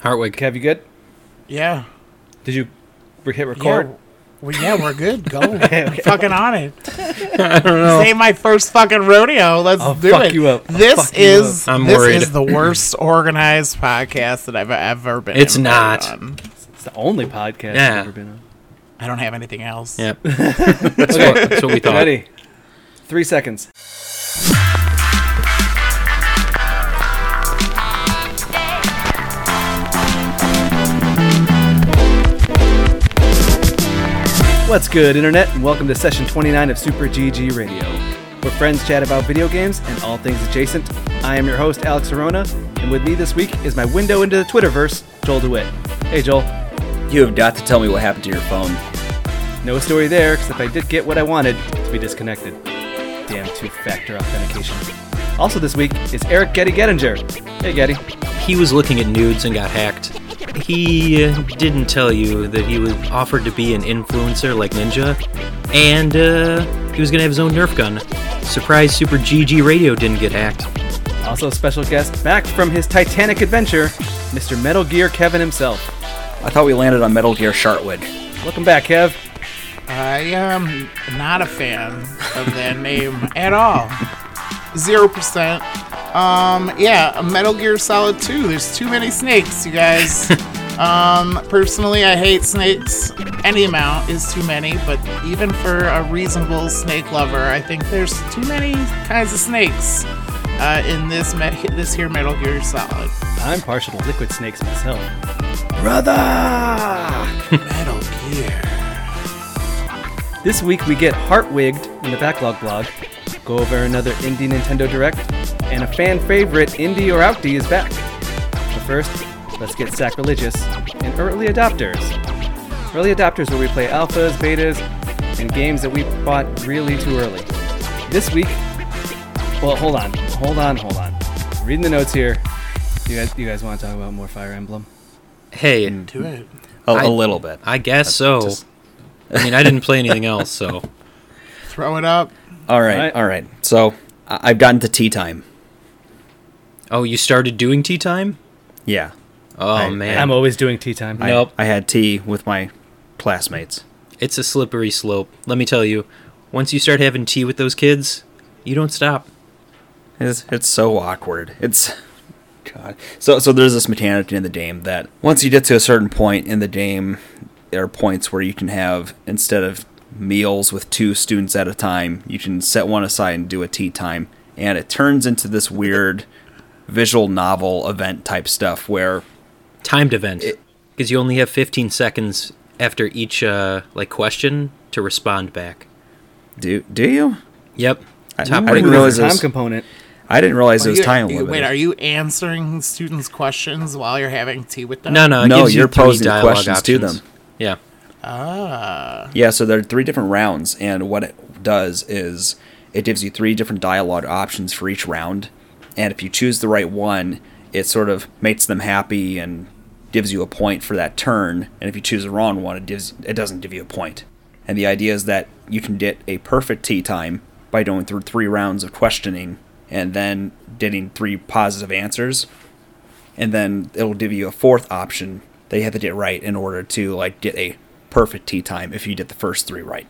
Hartwig, have you good? Yeah. Did you re- hit record? Yeah. Well, yeah, we're good. Go. I'm fucking on it. I don't know. This ain't my first fucking rodeo. Let's Oh. I'll do fuck it. you up. I'll This fuck you is up. I'm this worried. is the worst organized podcast that I've ever been. It's invited not. on. It's the only podcast Yeah. I've ever been on. I don't have anything else. Yep. that's, what, that's what we thought. Ready? Three seconds. What's good, Internet, and welcome to session 29 of Super GG Radio, where friends chat about video games and all things adjacent. I am your host, Alex Arona, and with me this week is my window into the Twitterverse, Joel DeWitt. Hey, Joel. You have got to tell me what happened to your phone. No story there, because if I did get what I wanted, to be disconnected. Damn two-factor authentication. Also this week is Eric Getty Gettinger. Hey Getty. He was looking at nudes and got hacked. He uh, didn't tell you that he was offered to be an influencer like Ninja, and uh, he was gonna have his own Nerf gun. Surprise! Super GG Radio didn't get hacked. Also special guest back from his Titanic adventure, Mr. Metal Gear Kevin himself. I thought we landed on Metal Gear Shartwood. Welcome back, Kev. I am not a fan of that name at all. Zero percent. Um, yeah, Metal Gear Solid 2. There's too many snakes, you guys. um, personally, I hate snakes. Any amount is too many, but even for a reasonable snake lover, I think there's too many kinds of snakes uh, in this me- this here Metal Gear Solid. I'm partial to liquid snakes myself. Metal Gear. This week we get Heartwigged in the Backlog blog, go over another indie Nintendo Direct, and a fan favorite Indie or Outdie is back. But first, let's get sacrilegious and early adopters. Early adopters where we play alphas, betas, and games that we bought really too early. This week, well, hold on, hold on, hold on. Reading the notes here, you guys, you guys want to talk about more Fire Emblem? Hey, Do it. Oh, A, I- a little bit. I guess so. just- I mean, I didn't play anything else, so Throw it up. All right, Alright. all right. So I- I've gotten to tea time. Oh, you started doing tea time? Yeah. Oh I- man, I'm always doing tea time. I- Nope. I, had tea with my classmates. it's a slippery slope. Let me tell you, once you start having tea with those kids, you don't stop. It's, it's so awkward. It's God. So so there's this mechanic in the game that once you get to a certain point in the game, there are points where you can have instead of meals with two students at a time, you can set one aside and do a tea time, and it turns into this weird visual novel event type stuff where Timed event, because you only have 15 seconds after each uh, like question to respond back. do do you? Yep. I- Top right I didn't corner. realize There's a it time was- component. I didn't realize it was You- time you- limited. Wait, are you answering students' questions while you're having tea with them? No, no. it No, gives you you're three posing the dialogue questions to options. them. Yeah. Yeah, so there are three different rounds, and what it does is it gives you three different dialogue options for each round, and if you choose the right one, it sort of makes them happy and gives you a point for that turn, and if you choose the wrong one, it gives it doesn't give you a point. And the idea is that you can get a perfect tea time by going through three rounds of questioning and then getting three positive answers and then it'll give you a fourth option that you have to get right in order to like get a perfect tea time if you did the first three right.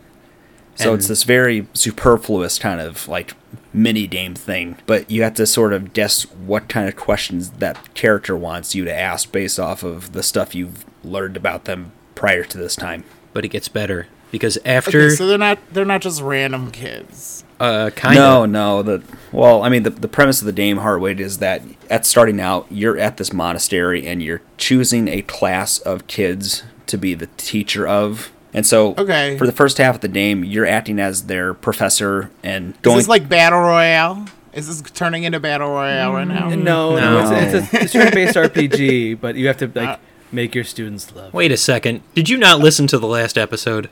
So And- it's this very superfluous kind of like mini game thing, but you have to sort of guess what kind of questions that character wants you to ask based off of the stuff you've learned about them prior to this time. But it gets better because after Okay, so they're not they're not just random kids. uh, kind No, of no. The well, I mean, the, the premise of the game Heartweight is that at starting out, you're at this monastery and you're choosing a class of kids to be the teacher of, and so Okay. for the first half of the game, you're acting as their professor and Is going this like battle royale? Is this turning into battle royale right now? No, no, No. it's, it's a student-based RPG, but you have to like make your students love. Wait a second. Did you not listen to the last episode?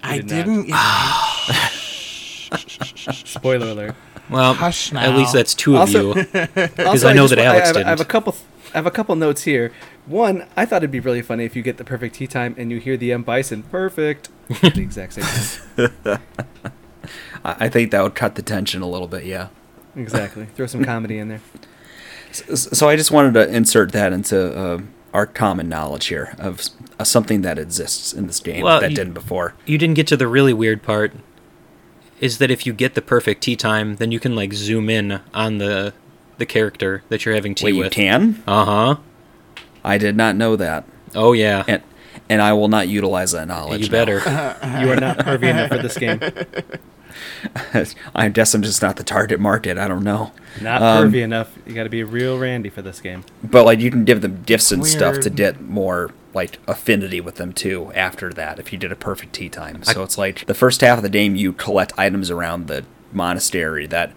I did not. didn't. Spoiler alert. Well, Hush at least now. that's two of Also- you. Because I know that Alex I have, I have a didn't. couple. I have a couple notes here. One, I thought it'd be really funny if you get the perfect tea time and you hear the M Bison perfect at the exact same time. I I think that would cut the tension a little bit, yeah. Exactly. Throw some comedy in there. S- So I just wanted to insert that into uh, our common knowledge here of s- uh, something that exists in this game Well, that you- didn't before. You didn't get to the really weird part. Is that if you get the perfect tea time, then you can like zoom in on the the character that you're having tea Wait, with. you can? Uh huh. I did not know that, Oh yeah. and and I will not utilize that knowledge. you now. better. You are not pervy enough for this game. I guess I'm just not the target market. I don't know. Not Um, pervy enough. You got to be a real Randy for this game. But like you can give them gifts and stuff to Weird. get more like affinity with them too after that if you did a perfect tea time. So it's like the first half of the game you collect items around the monastery that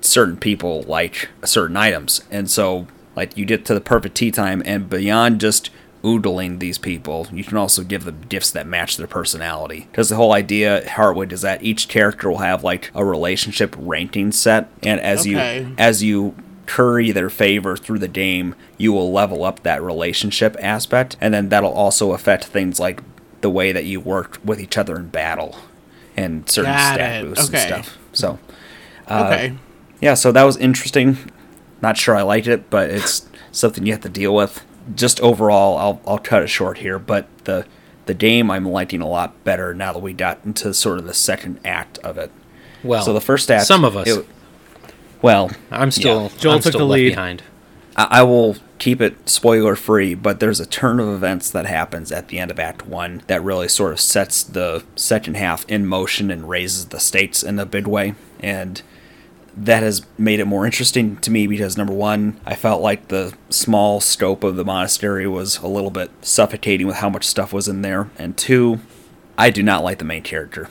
certain people like certain items. And so like you get to the perfect tea time and beyond just oodling these people, you can also give them gifts that match their personality. Because the whole idea at Heartwood is that each character will have like a relationship ranking set and as Okay. you as you curry their favor through the game, you will level up that relationship aspect, and then that'll also affect things like the way that you work with each other in battle and certain Got stat it. boosts Okay. and stuff. So, Uh, okay. yeah, so that was interesting. Not sure I liked it, but it's something you have to deal with. Just overall, I'll I'll cut it short here, but the the game I'm liking a lot better now that we got into sort of the second act of it. Well, so the first act, Some of us. it- well, I'm still. yeah. Joel I'm took still the left lead. behind. I, I will keep it spoiler free, but there's a turn of events that happens at the end of Act One that really sort of sets the second half in motion and raises the stakes in a big way, and that has made it more interesting to me because number one, I felt like the small scope of the monastery was a little bit suffocating with how much stuff was in there, and two, I do not like the main character.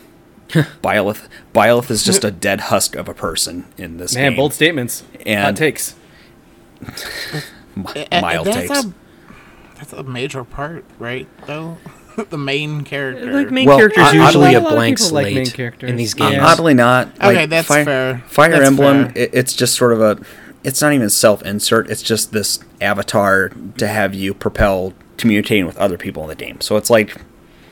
Byleth, Byleth is just a dead husk of a person in this Man, game. bold statements. Hot And- takes. A- a- Mild that's takes. A, that's a major part, right? Though the main character. Like main Well, characters I- I- usually Not a a lot of blank people like main slate characters. in these Uh, games. Oddly not. Okay, that's Fire, fair. Fire That's Emblem, fair. It, it's just sort of a. It's not even self insert. It's just this avatar to have you propel communicating with other people in the game. So it's like,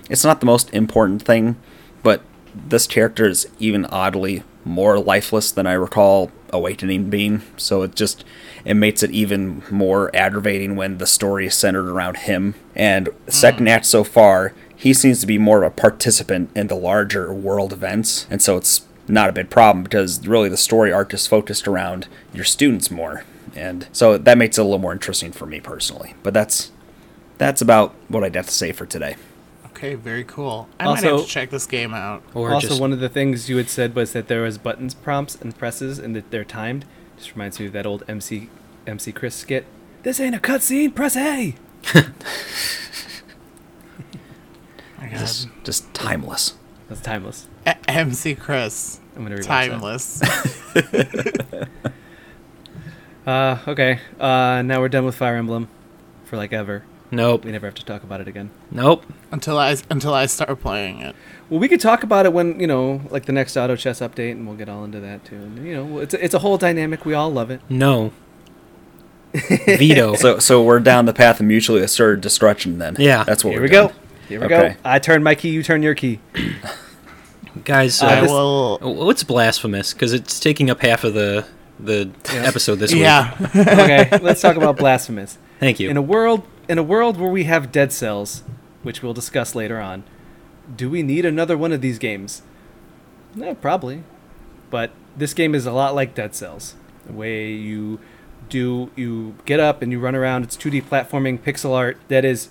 it's not the most important thing, but this character is even oddly more lifeless than I recall Awakening being. So it just it makes it even more aggravating when the story is centered around him. And second act so far, he seems to be more of a participant in the larger world events, and so it's not a big problem because really the story arc is focused around your students more. And so that makes it a little more interesting for me personally. But that's that's about what I'd have to say for today. Okay, very cool. I might Also- have to check this game out. Oh, Or also, just one of the things you had said was that there was buttons, prompts, and presses, and that they're timed. Just reminds me of that old MC MC Chris skit. This ain't a cutscene. Press A. My God. Just just timeless. That's timeless. A- MC Chris. I'm gonna rewatch that. Timeless. Uh, okay. Uh, now we're done with Fire Emblem, for like ever. nope, We never have to talk about it again. nope. until I until I start playing it. Well, we could talk about it when you know, like the next Auto Chess update, and we'll get all into that too. And you know, it's a, it's a whole dynamic. We all love it. No. Veto. So so we're down the path of mutually assured destruction then. Yeah. That's what Here we're we doing. go. Here we Okay. go. I turn my key. You turn your key. Guys, Uh, I uh, this- will. Oh, w- what's blasphemous? Because it's taking up half of the the episode this week. Yeah. Okay. let's talk about blasphemous. Thank you. In a world in a world where we have dead cells, which we'll discuss later on, do we need another one of these games? No, probably. But this game is a lot like Dead Cells. The way you do you get up and you run around, it's 2D platforming pixel art that is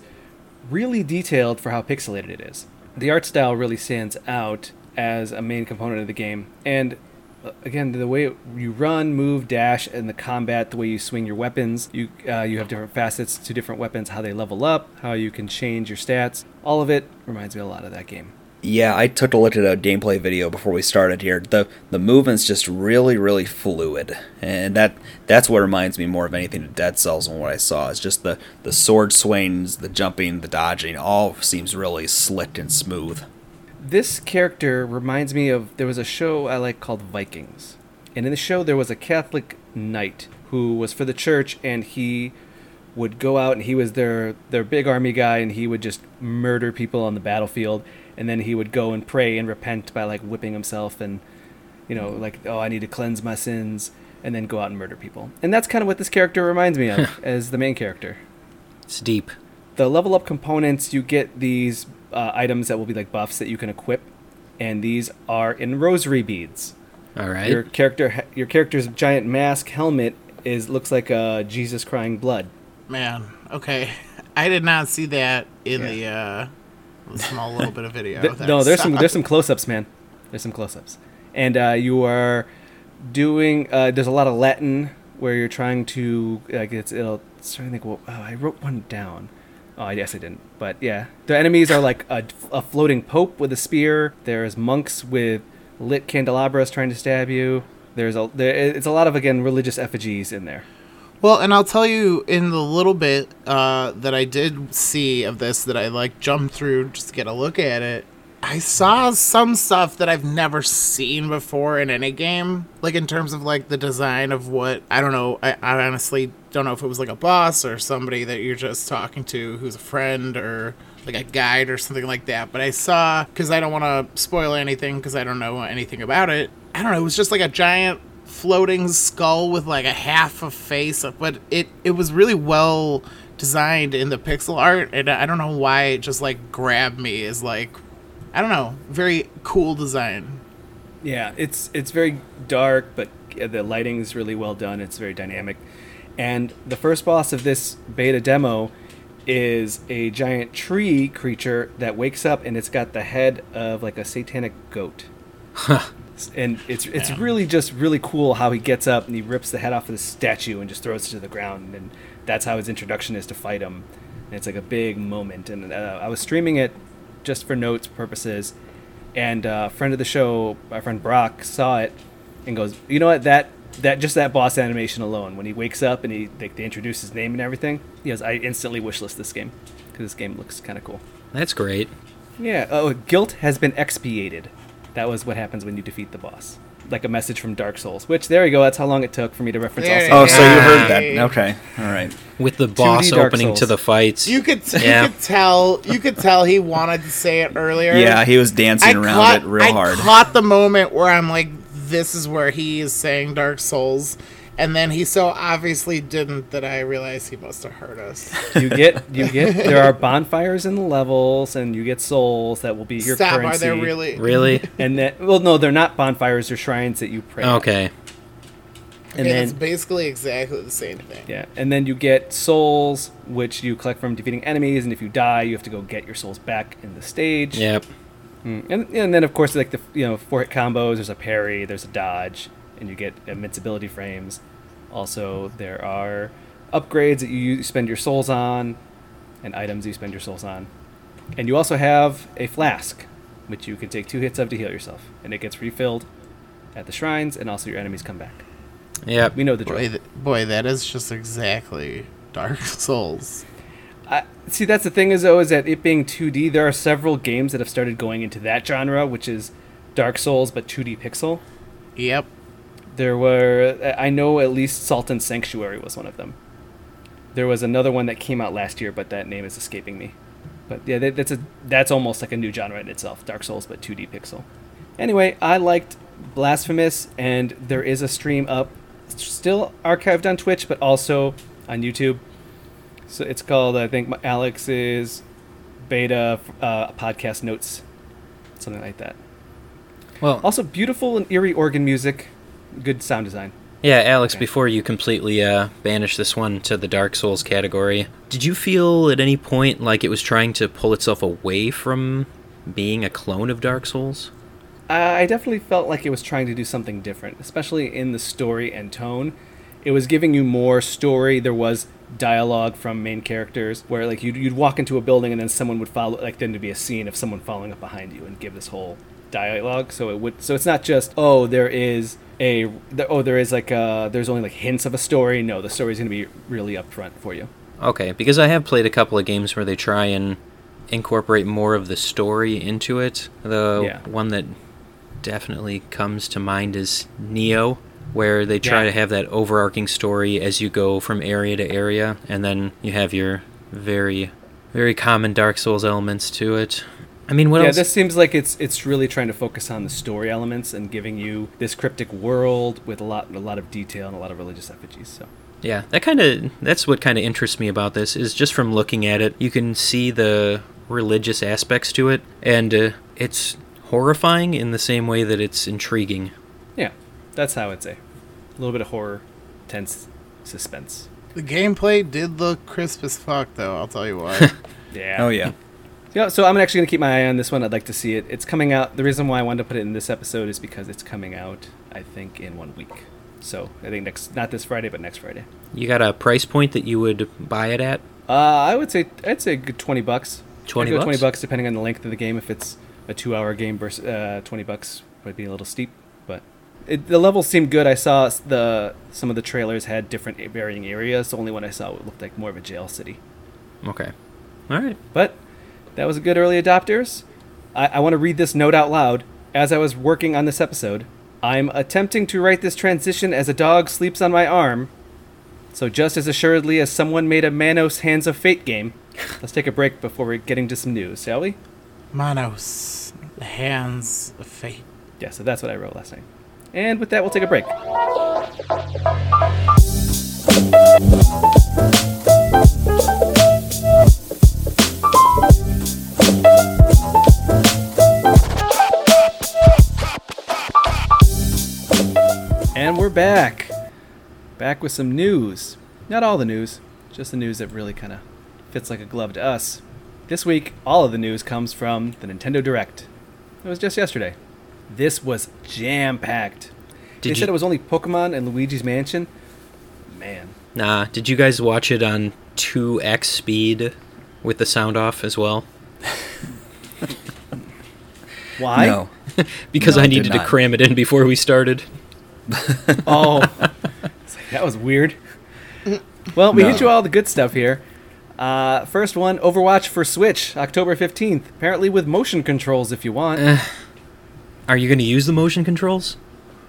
really detailed for how pixelated it is. The art style really stands out as a main component of the game. And uh, again, the way you run, move, dash, and the combat, the way you swing your weapons, you uh, you have different facets to different weapons, how they level up, how you can change your stats. All of it reminds me a lot of that game. Yeah, I took a look at a gameplay video before we started here. The the movement's just really, really fluid. And that that's what reminds me more of anything of Dead Cells and what I saw. It's just the, the sword swings, the jumping, the dodging, all seems really slick and smooth. this character reminds me of there was a show I like called Vikings. And in the show there was a Catholic knight who was for the church and he would go out and he was their their big army guy and he would just murder people on the battlefield and then he would go and pray and repent by like whipping himself and you know like oh I need to cleanse my sins and then go out and murder people. And that's kind of what this character reminds me of as the main character. It's deep. the level up components you get these uh, items that will be like buffs that you can equip and these are in rosary beads All right. your character ha- your character's giant mask helmet is looks like a jesus crying blood Man, okay. I did not see that in the uh, small little bit of video. Th- that no I there's saw. some there's some close-ups man there's some close-ups and uh, you are doing uh, there's a lot of latin where you're trying to like it's it'll it's trying to think well, oh, i wrote one down oh i guess i didn't but yeah the enemies are like a, a floating pope with a spear there's monks with lit candelabras trying to stab you there's a there, it's a lot of again religious effigies in there Well, and I'll tell you in the little bit uh, that I did see of this that I like jumped through just to get a look at it. I saw some stuff that I've never seen before in any game, like in terms of like the design of what I don't know. I, I honestly don't know if it was like a boss or somebody that you're just talking to who's a friend or like a guide or something like that. But I saw because I don't want to spoil anything because I don't know anything about it. I don't know. It was just like a giant floating skull with like a half a face but it it was really well designed in the pixel art and i don't know why it just like grabbed me as like i don't know very cool design Yeah, it's it's very dark, but uh, the lighting is really well done. It's very dynamic, and the first boss of this beta demo is a giant tree creature that wakes up, and it's got the head of like a satanic goat. S- And it's it's really just really cool how he gets up and he rips the head off of the statue and just throws it to the ground, and that's how his introduction is to fight him. And it's like a big moment. And uh, I was streaming it just for notes purposes, and uh, a friend of the show, my friend Brock, saw it and goes, "You know what? That that just that boss animation alone, when he wakes up and he they, they introduce his name and everything, he goes, I instantly wishlist this game because this game looks kind of cool." That's great. Yeah. Oh, guilt has been expiated. That was what happens when you defeat the boss, like a message from Dark Souls. Which there you go. That's how long it took for me to reference. There all Oh, it six. so you heard that? Yay. Okay, all right. With the boss Dark opening to Souls. the fights. you could Yeah. you could tell you could tell he wanted to say it earlier Yeah, he was dancing around it real I hard. caught the moment where I'm like, this is where he is saying Dark Souls. And then he so obviously didn't that I realized he must have heard us. you get you get. There are bonfires in the levels, and you get souls that will be your Stop, currency. are there really? really? And then, well, no, they're not bonfires. They're shrines that you pray. at. Okay. And yeah, then, it's basically exactly the same thing. Yeah, and then you get souls, which you collect from defeating enemies, and if you die, you have to go get your souls back in the stage. Yep. Mm, And, and then of course like the you know four hit combos. There's a parry, there's a dodge, and you get invincibility frames. Also, there are upgrades that you use, spend your souls on, and items you spend your souls on, and you also have a flask, which you can take two hits of to heal yourself, and it gets refilled at the shrines, and also your enemies come back. Yep. We know the drill. Boy, th- boy, that is just exactly Dark Souls. I, see, that's the thing is though, is that it being 2D, there are several games that have started going into that genre, which is Dark Souls but 2D pixel. Yep. There were, I know at least Salt and Sanctuary was one of them. There was another one that came out last year, but that name is escaping me. But yeah, that, that's a that's almost like a new genre in itself, Dark Souls but 2D pixel. Anyway, I liked Blasphemous, and there is a stream up, still archived on Twitch, but also on YouTube. So it's called, I think, Alex's Beta uh, Podcast Notes, something like that. Well, Also, beautiful and eerie organ music, good sound design. Yeah, Alex, Okay. before you completely uh, banish this one to the Dark Souls category, did you feel at any point like it was trying to pull itself away from being a clone of Dark Souls? I definitely felt like it was trying to do something different, especially in the story and tone. It was giving you more story. There was dialogue from main characters where, like, you'd, you'd walk into a building and then someone would follow, like, then to be a scene of someone following up behind you and give this whole dialogue. So it would, so it's not just oh there is a there, oh there is like uh there's only like hints of a story. No, the story's gonna be really upfront for you. Okay, because I have played a couple of games where they try and incorporate more of the story into it. The Yeah. one that definitely comes to mind is Neo, where they try Yeah. to have that overarching story as you go from area to area, and then you have your very, very common Dark Souls elements to it. I mean, what yeah, else? this seems like it's it's really trying to focus on the story elements and giving you this cryptic world with a lot a lot of detail and a lot of religious effigies. So Yeah, that kind of that's what kind of interests me about this is just from looking at it, you can see the religious aspects to it and uh, it's horrifying in the same way that it's intriguing. Yeah, that's how I'd say. A little bit of horror, tense suspense. The gameplay did look crisp as fuck, though. I'll tell you what. Yeah. Oh yeah. Yeah, so I'm actually going to keep my eye on this one. I'd like to see it. It's coming out. The reason why I wanted to put it in this episode is because it's coming out, I think, in one week. So I think next, not this Friday, but next Friday. You got a price point that you would buy it at? Uh, I would say I'd say a good twenty bucks. 20 I'd go Twenty bucks? bucks, depending on the length of the game. If it's a two-hour game, versus uh, twenty bucks might be a little steep, but it, the levels seemed good. I saw s- the some of the trailers had different varying areas. The only one I saw looked like more of a jail city. Okay. All right. But that was a good early adopters. I, I want to read this note out loud. As I was working on this episode, I'm attempting to write this transition as a dog sleeps on my arm. So just as assuredly as someone made a Manos Hands of Fate game, let's take a break before we're getting to some news, shall we? Manos, the hands of fate. Yeah, so that's what I wrote last night. And with that, we'll take a break. And we're back. Back with some news. Not all the news, just the news that really kind of fits like a glove to us. This week, all of the news comes from the Nintendo Direct. It was just yesterday. This was jam packed. Did They you- said it was only Pokemon and Luigi's Mansion. Man, Nah, did you guys watch it on 2x speed with the sound off as well? why? no. Because No, I I did needed to not. cram it in before we started. Oh, It's like, that was weird. Well, we hit No. you all the good stuff here. Uh, first one, Overwatch for Switch, October fifteenth. Apparently with motion controls, if you want. Are you going to use the motion controls?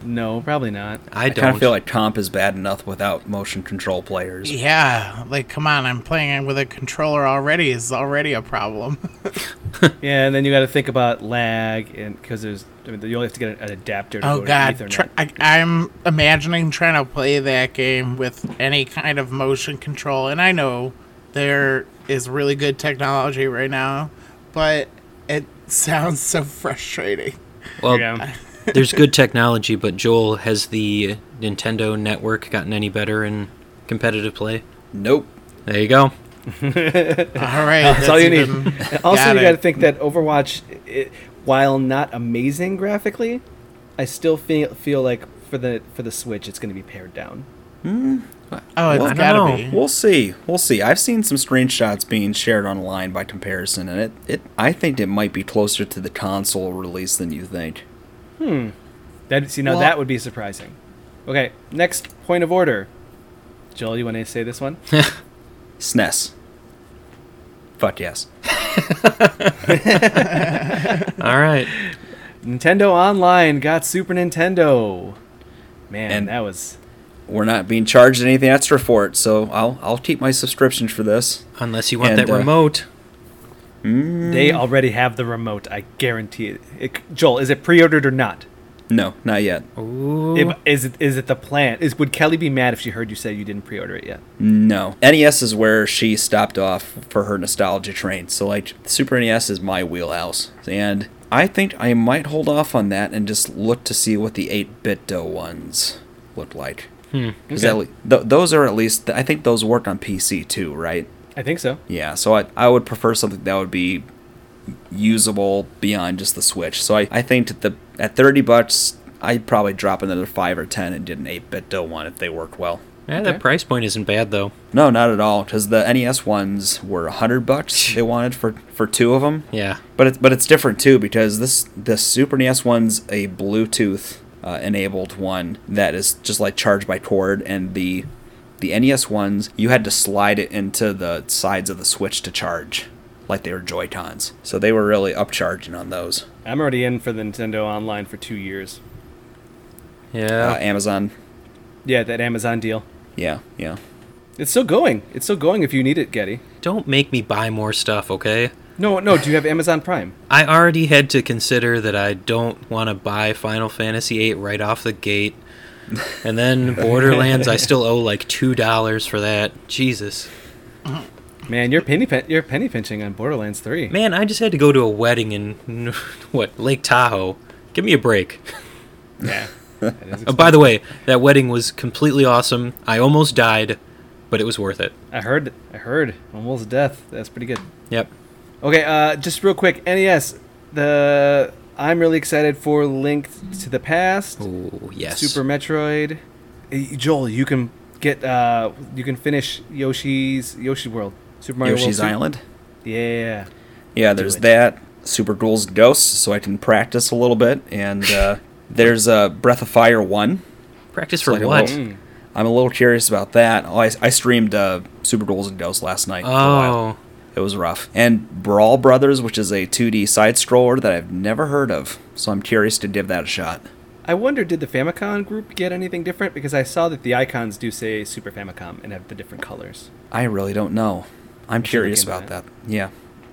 no, probably not. I I don't. kind of feel like comp is bad enough without motion control players. Yeah, like come on, I'm playing it with a controller already. Is already a problem. Yeah, and then you got to think about lag, and because there's, I mean, you only have to get an adapter. To oh go To god, Ethernet. try, I, I'm imagining trying to play that game with any kind of motion control, and I know there is really good technology right now, but it sounds so frustrating. well, yeah. there's good technology, but Joel, has the Nintendo network gotten any better in competitive play? Nope. There you go. All right, That's all you need. even- And also, Got you it. got to think that Overwatch, i while not amazing graphically, I still feel feel like for the for the Switch, it's going to be pared down. Oh, it's Well, I gotta don't be. We'll see. We'll see. I've seen some screenshots being shared online by comparison, and it, it I think it might be closer to the console release than you think. That see now Well- that would be surprising. Okay, next point of order. Joel, you want to say this one? SNES. E Fuck yes. All right. Nintendo Online got Super Nintendo. Man, And- that was We're not being charged anything extra for it, so I'll I'll keep my subscription for this. Mm. Unless you want And, that uh, remote. they already have the remote. I guarantee it. it Joel, is it pre-ordered or not? No, not yet. Ooh. If- is it is it the plan? Is would Kelly be mad if she heard you say you didn't pre-order it yet? No. NES is where she stopped off for her nostalgia train. So, like, Super NES is my wheelhouse. And I think I might hold off on that and just look to see what the 8 bit dough ones look like. Hmm. Okay. th- those are at least, I think those work on PC too, right? I think so. Yeah. So, I, I would prefer something that would be usable beyond just the Switch. So, I, I think that the at 30 bucks, I'd probably drop another 5 or 10 and did an 8 bit dough one if they worked well. yeah, okay. that price point isn't bad though. No, not at all. Because the NES ones were a hundred bucks. they wanted for for two of them. Yeah. But it's but it's different too because this the Super NES one's a Bluetooth uh, enabled one that is just like charged by cord, and the the NES ones you had to slide it into the sides of the Switch to charge, like they were Joy Cons. So they were really upcharging on those. I'm already in for the Nintendo Online for two years. Yeah. Uh, Amazon, Yeah, that Amazon deal. yeah, yeah. It's still going. It's still going if you need it, Getty. Don't make me buy more stuff, okay? No, no. Do you have Amazon Prime? I already had to consider that I don't want to buy Final Fantasy VIII right off the gate. And then Borderlands, I still owe like two dollars for that. Jesus, Man, you're penny pin- you're penny pinching on Borderlands Three. man, I just had to go to a wedding in what Lake Tahoe. Give me a break. Yeah. That is Oh, by the way, that wedding was completely awesome. I almost died, but it was worth it. I heard. I heard. Almost death. That's pretty good. Yep. Okay, uh, just real quick. NES. The I'm really excited for Link to the Past. Oh yes. Super Metroid. Eh, Joel, you can get. Uh, you can finish Yoshi's Yoshi World. Super Mario Yoshi's World two. Island. Yeah. Yeah, there's it. that. Super Duels Ghosts, so I can practice a little bit. And uh, there's uh, Breath of Fire 1. Practice for like a what? little- I'm a little curious about that. Oh, I, I streamed uh, Super Duels and Ghosts last night. for a while. Oh, It was rough. And Brawl Brothers, which is a 2D side scroller that I've never heard of. So I'm curious to give that a shot. I wonder, did the Famicom group get anything different? Because I saw that the icons do say Super Famicom and have the different colors. I really don't know. I'm should curious look into about that. Yeah.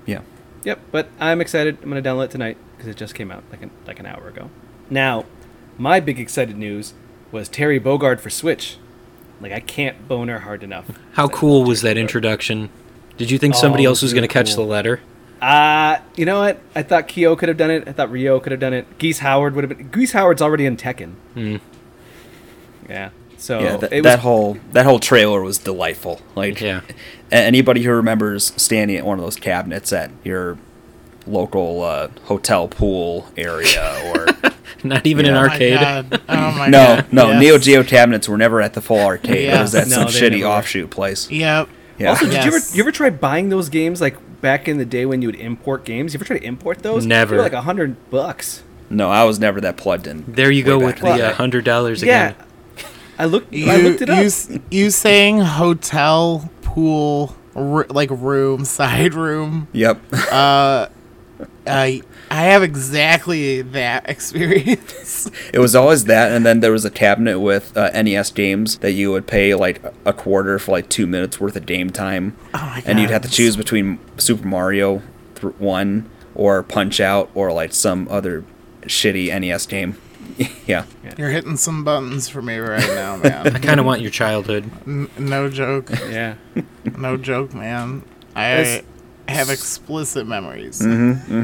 Yeah. Yep, but I'm excited. I'm gonna download it tonight because it just came out like an, like an hour ago. Now, my big excited news was Terry Bogard for Switch. Like I can't bone her hard enough. how It's like, cool was Terry that Bogard. introduction? Did you think somebody Oh, else was dude, going to catch cool. the letter? Uh, you know what? I thought Kyo could have done it. I thought Rio could have done it. Geese Howard would have been. Geese Howard's already in Tekken. Yeah. So yeah, that, Oh, it was that whole that whole trailer was delightful. Like, Yeah. a- anybody who remembers standing at one of those cabinets at your local uh, hotel pool area, or Not even Yeah. an Oh My arcade. God. Oh my no, God. no, Yes. Neo Geo cabinets were never at the full arcade. Yeah. It was at No, some they shitty never were. offshoot place. Yep. Yeah. Also, did you ever Yes. you ever try buying those games like back in the day when you would import games? You ever try to import those? Never. They were like a hundred bucks. No, I was never that plugged in. There you Way go back with in the uh, day. hundred dollars Yeah. again. I looked. You, I looked it up. You, s- you saying hotel pool r- like room side room? Yep. I I have exactly that experience. it was always that, and then there was a cabinet with uh, NES games that you would pay like a quarter for like two minutes worth of game time. Oh my and you'd God. have to choose between Super Mario th- One or Punch Out or like some other shitty NES game. yeah, You're hitting some buttons for me right now, man. Kind of want your childhood. N- no joke. yeah. No joke, man. I That's- have explicit memories. Mm-hmm.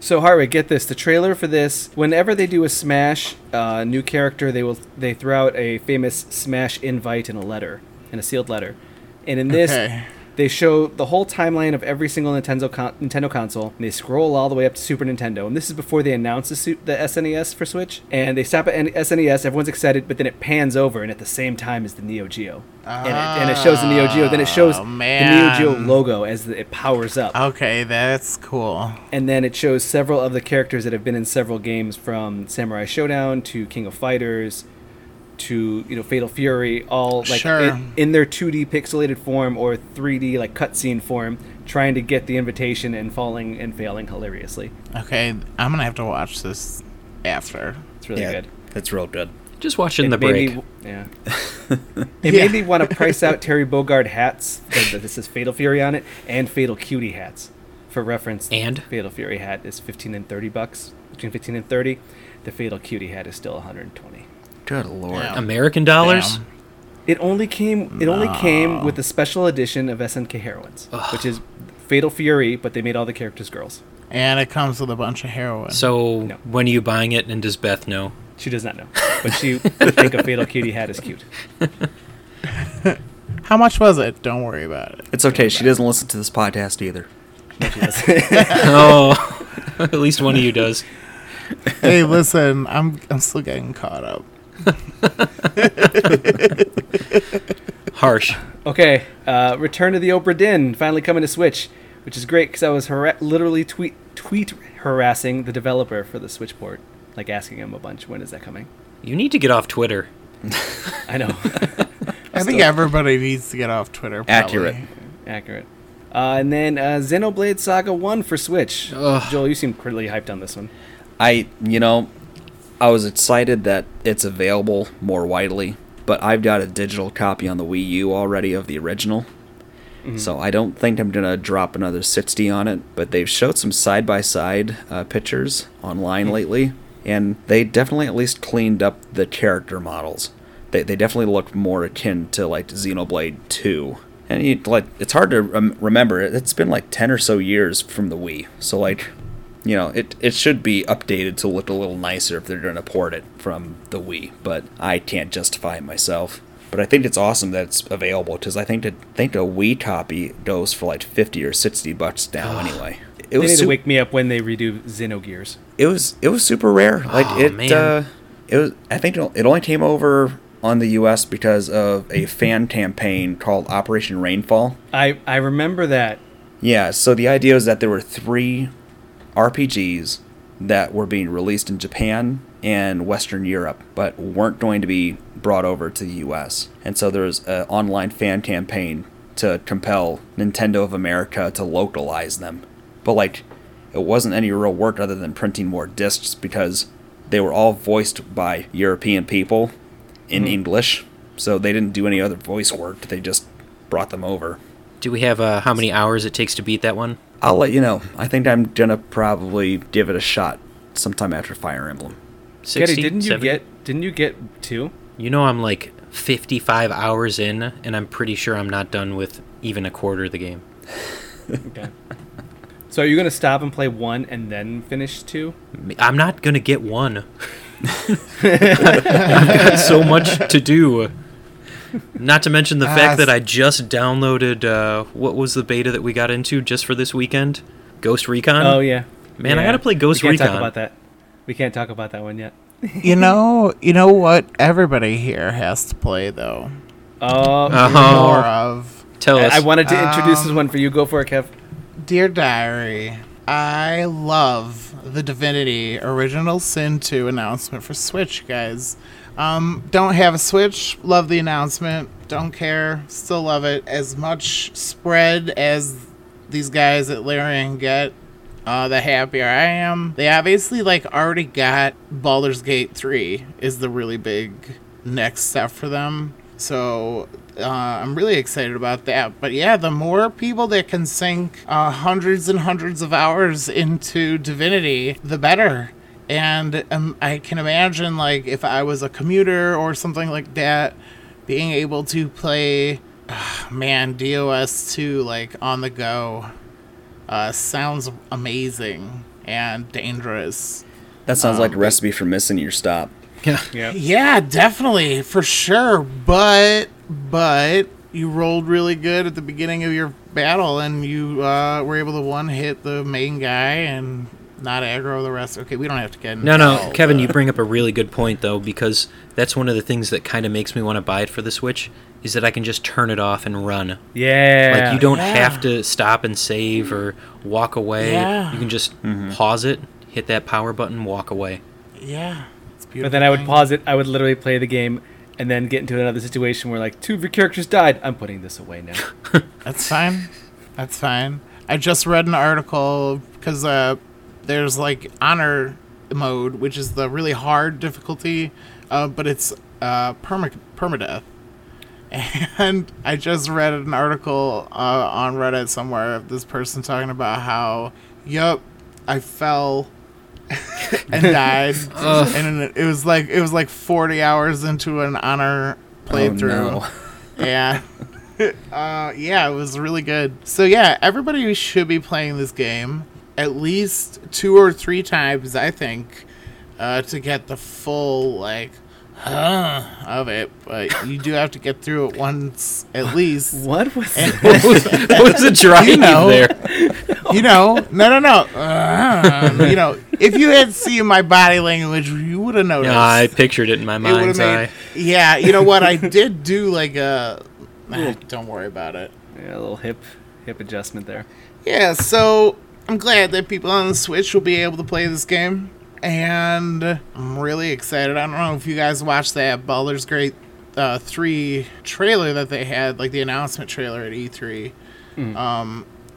So Harwick, get this: the trailer for this. Whenever they do a Smash uh, new character, they will they throw out a famous Smash invite in a letter, in a sealed letter, and in this, Okay. they show the whole timeline of every single Nintendo con- Nintendo console. And they scroll all the way up to Super Nintendo, and this is before they announce the, su- the SNES for Switch. And they stop at N- SNES, everyone's excited, but then it pans over, and at the same time is the Neo Geo, and, it, and it shows the Neo Geo. Then it shows Oh, the Neo Geo man. logo as the, it powers up Okay, that's cool. and then it shows several of the characters that have been in several games from Samurai Showdown to King of Fighters to you know Fatal Fury, all like Sure. in, in their 2D pixelated form or 3D like cutscene form, trying to get the invitation and falling and failing hilariously. Okay, I'm gonna have to watch this after. It's really yeah, good. that's real good. Just watching the It made break. me- yeah. It Yeah. made me want to price out Terry Bogard hats. that- that This is Fatal Fury on it, and Fatal Cutie hats. For reference, And? the Fatal Fury hat is fifteen and thirty bucks. Between fifteen and thirty, the Fatal Cutie hat is still one hundred and twenty. Good lord. Yeah. American dollars. Damn. It only came. It only came with the special edition of SNK heroines, which is Fatal Fury, but they made all the characters girls. And it comes with a bunch of heroin. So No. when are you buying it? And does Beth know? She does not know, but she would think a Fatal Cutie hat is cute. How much was it? Don't worry about it. It's okay. She doesn't listen to this podcast either. oh, at least one of you does. Hey, listen, I'm I'm still getting caught up. Harsh. Okay, uh, Return to the Obra Dinn finally coming to Switch, which is great because I was hara- literally tweet tweet harassing the developer for the Switch port, like asking him a bunch, when is that coming? You need to get off Twitter. I know, I think everybody needs to get off Twitter. Probably. Accurate. accurate. Uh, and then uh, Xenoblade Saga One for Switch. Joel, you seem pretty hyped on this one. I, you know, I was excited that it's available more widely, but I've got a digital copy on the Wii U already of the original. So I don't think I'm gonna drop another sixty on it, but they've showed some side by side pictures uh, online lately, and they definitely at least cleaned up the character models. They, they definitely look more akin to like Xenoblade 2. And you, like it's hard to rem- remember. It's been like 10 or so years from the Wii. So like, you know, it it should be updated to look a little nicer if they're going to port it from the Wii, but I can't justify it myself. But I think it's awesome that it's available because I think that I think a Wii copy goes for like 50 or 60 bucks now anyway. It They need su- to wake me up when they redo Xenogears. it was it was super rare. Like Aw, it, man. uh, it was. I think it it only came over on the U.S. because of a fan campaign called Operation Rainfall. I, I remember that. Yeah. So the idea was that there were three RPGs that were being released in Japan and Western Europe, but weren't going to be brought over to the U.S. And so there was an online fan campaign to compel Nintendo of America to localize them. But like, it wasn't any real work other than printing more discs because they were all voiced by European people in English. So they didn't do any other voice work. They just brought them over. Do we have uh, how many hours it takes to beat that one? I'll let you know. I think I'm gonna probably give it a shot sometime after Fire Emblem. 60, Getty, didn't you 70? get didn't you get two? You know I'm like 55 hours in, and I'm pretty sure I'm not done with even a quarter of the game. Okay. so are you gonna stop and play one and then finish two? I'm not gonna get one. Oh, I've got so much to do. Not to mention the Ah, fact that s- I just downloaded uh, what was the beta that we got into just for this weekend, Ghost Recon. Oh yeah. Man, I Yeah. gotta play Ghost we can't Recon. Talk about that. We can't talk about that one yet. You know, you know what everybody here has to play though. Oh, Uh-huh. More of Tell us. I, I wanted to introduce this one for you. Go for it, Kev. Dear Diary. I love the Divinity Original Sin 2 announcement for Switch, guys. Um, don't have a Switch, love the announcement, don't care, still love it. As much spread as these guys at Larian get, uh, the happier I am. They obviously like already got Baldur's Gate 3 is the really big next step for them. So uh, I'm really excited about that. But yeah, the more people that can sink uh, hundreds and hundreds of hours into Divinity, the better. And um, I can imagine like if I was a commuter or something like that, being able to play, uh, man, DOS 2 like on the go uh, sounds amazing and dangerous. That sounds Um, like a recipe for missing your stop. Yeah. Yeah, definitely, for sure. But, but you rolled really good at the beginning of your battle and you uh, were able to one hit the main guy and not aggro the rest. Okay, we don't have to get into No, no, all Kevin, the- you bring up a really good point though, because that's one of the things that kind of makes me want to buy it for the Switch is that I can just turn it off and run. Yeah. Like you don't Yeah. have to stop and save or walk away. Yeah. Mm-hmm. You can just pause it, hit that power button, walk away. Yeah. It's beautiful But then I would thing. pause it. I would literally play the game and then get into another situation where like two of your characters died. I'm putting this away now. That's fine. That's fine. I just read an article because uh, there's like honor mode, which is the really hard difficulty, uh, but it's uh, perma permadeath. And I just read an article uh, on Reddit somewhere of this person talking about how, yup, I fell and died, and it was like it was like 40 hours into an honor playthrough. no. Yeah. uh, yeah, it was really good. So yeah, everybody should be playing this game at least two or three times, I think, uh, to get the full like huh of it. But you do have to get through it once at least. what was? what was what was the drive You know. there? You know, no, no, no. Uh, you know, if you had seen my body language, you would have noticed. Yeah, I pictured it in my It would've mind's eye. Yeah, you know what? I did do like a. Ah, don't worry about it. Yeah, a little hip hip adjustment there. Yeah, so I'm glad that people on the Switch will be able to play this game. And I'm really excited. I don't know if you guys watched that Baldur's Gate uh, 3 trailer that they had, like the announcement trailer at E3. Um,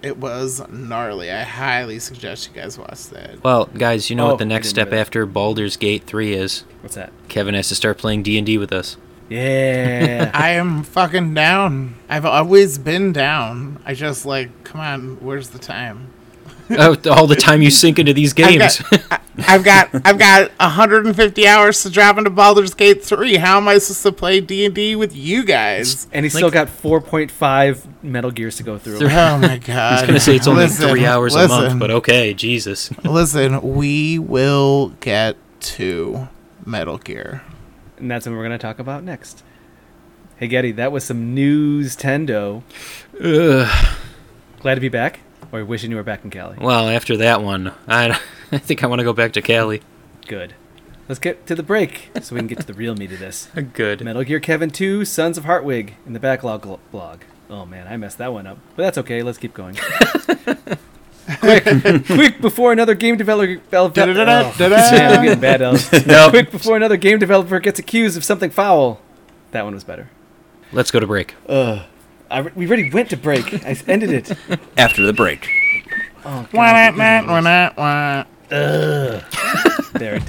it was gnarly. I highly suggest you guys watch that. Well, guys, you know Oh, what the I next didn't step know that. after Baldur's Gate 3 is? What's that? Kevin has to start playing D&D with us. Yeah. I am fucking down. I've always been down. I just, like, come on, where's the time? Oh, all the time you sink into these games. I've got I've got 150 hours to drop into Baldur's Gate 3. How am I supposed to play D and D with you guys? And he's still got 4.5 Metal Gears to go through. Oh my god! I was gonna say it's only three hours a listen, month, but okay, Jesus. listen, we will get to Metal Gear. And that's what we're going to talk about next. Hey, Getty, that was some news Tendo. Ugh. Glad to be back. Or wishing you were back in Cali. Well, after that one, I, I think I want to go back to Cali. Good. Let's get to the break so we can get to the real meat of this. Good. Metal Gear Kevin 2, Sons of Heartwig, in the backlog gl- blog. Oh man, I messed that one up. But that's okay, let's keep going. quick, quick, before another game developer. Da-da-da-da, Oh, da-da. man, I'm getting bad elves. No. Quick, before another game developer gets accused of something foul. That one was better. Let's go to break. Ugh. I re- we already went to break. I s- ended it. After the break. Oh, Wah, God. wah, wah, wah, wah. There it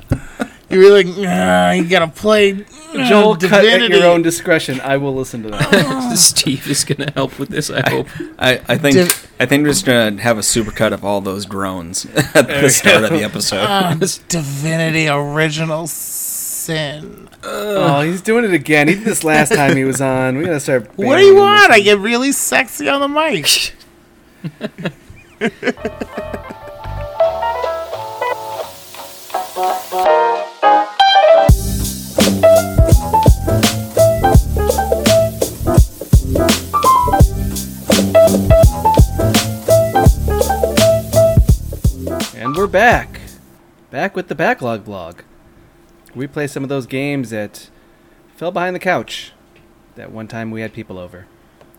did. You were like, "Nah, you gotta play uh, Joel, cut at Divinity." your own discretion. I will listen to that. Steve is gonna help with this. Oh. I hope. I, I think Div- I think we're just gonna have a supercut of all those groans at the start of the Uh, episode. Um, Divinity Original Sin. oh, he's doing it again. He did this last time he was on. We gotta start. What do you banning this want? I get really sexy on the mic. And we're back. Back with the backlog blog. We play some of those games that fell behind the couch. That one time we had people over.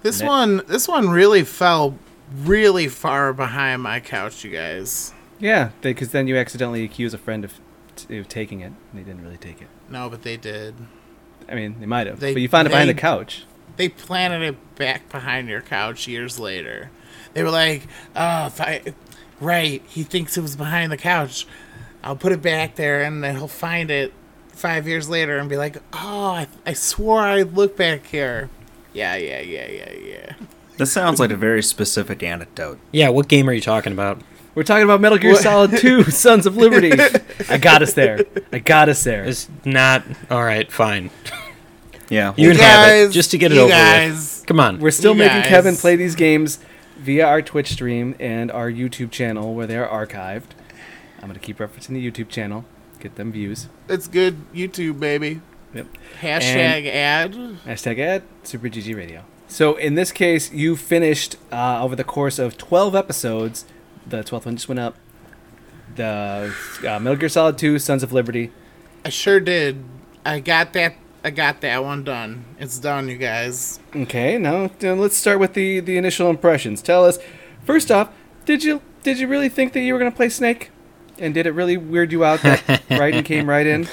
This Net- one, this one really fell really far behind my couch, you guys. Yeah, because then you accidentally accuse a friend of, t- of taking it, and they didn't really take it. No, but they did. I mean, they might have, They- but you found it behind the they- couch. They planted it back behind your couch years later. They were like, "Oh, if I, right, he thinks it was behind the couch. I'll put it back there, and then he'll find it five years later and be like, oh, I, I swore I'd look back here.' Yeah, yeah, yeah, yeah, yeah. this sounds like a very specific anecdote. Yeah, what game are you talking about? We're talking about Metal Gear Solid 2, Sons of Liberty. I got us there. I got us there. It's not all right. Fine. Yeah. You can You have it guys, just to get it you over guys. with. Come on. We're still You making guys. Kevin play these games via our Twitch stream and our YouTube channel where they are archived. I'm going to keep referencing the YouTube channel, get them views. It's good YouTube, baby. Yep. Hashtag ad. Hashtag ad Super GG Radio. So in this case, you finished uh, over the course of 12 episodes. The 12th one just went up. The uh, Metal Gear Solid 2, Sons of Liberty. I sure did. I got that. I got that one done. It's done, you guys. Okay, now now let's start with the, the initial impressions. Tell us, first off, did you did you really think that you were gonna play Snake? And did it really weird you out that Raiden came right in?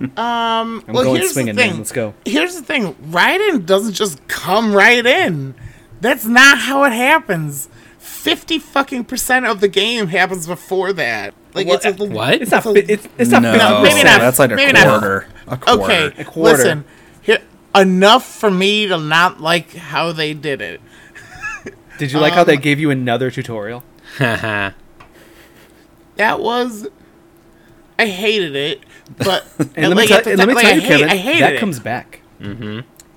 Um, I'm well, going here's swinging, the man. thing. Let's go. Here's the thing. Raiden doesn't just come right in. That's not how it happens. Fifty fucking percent of the game happens before that. Like it's a, What? It's not. So- fi- it's, it's not. no, 50%. maybe not- That's like a maybe not. quarter. A quarter. Okay, A quarter. listen. Here, enough for me to not like how they did it. Did you like Um, how they gave you another tutorial? Haha. That was. I hated it, but And let me, tell- and let me tell you, Kevin, I hated that it. comes back.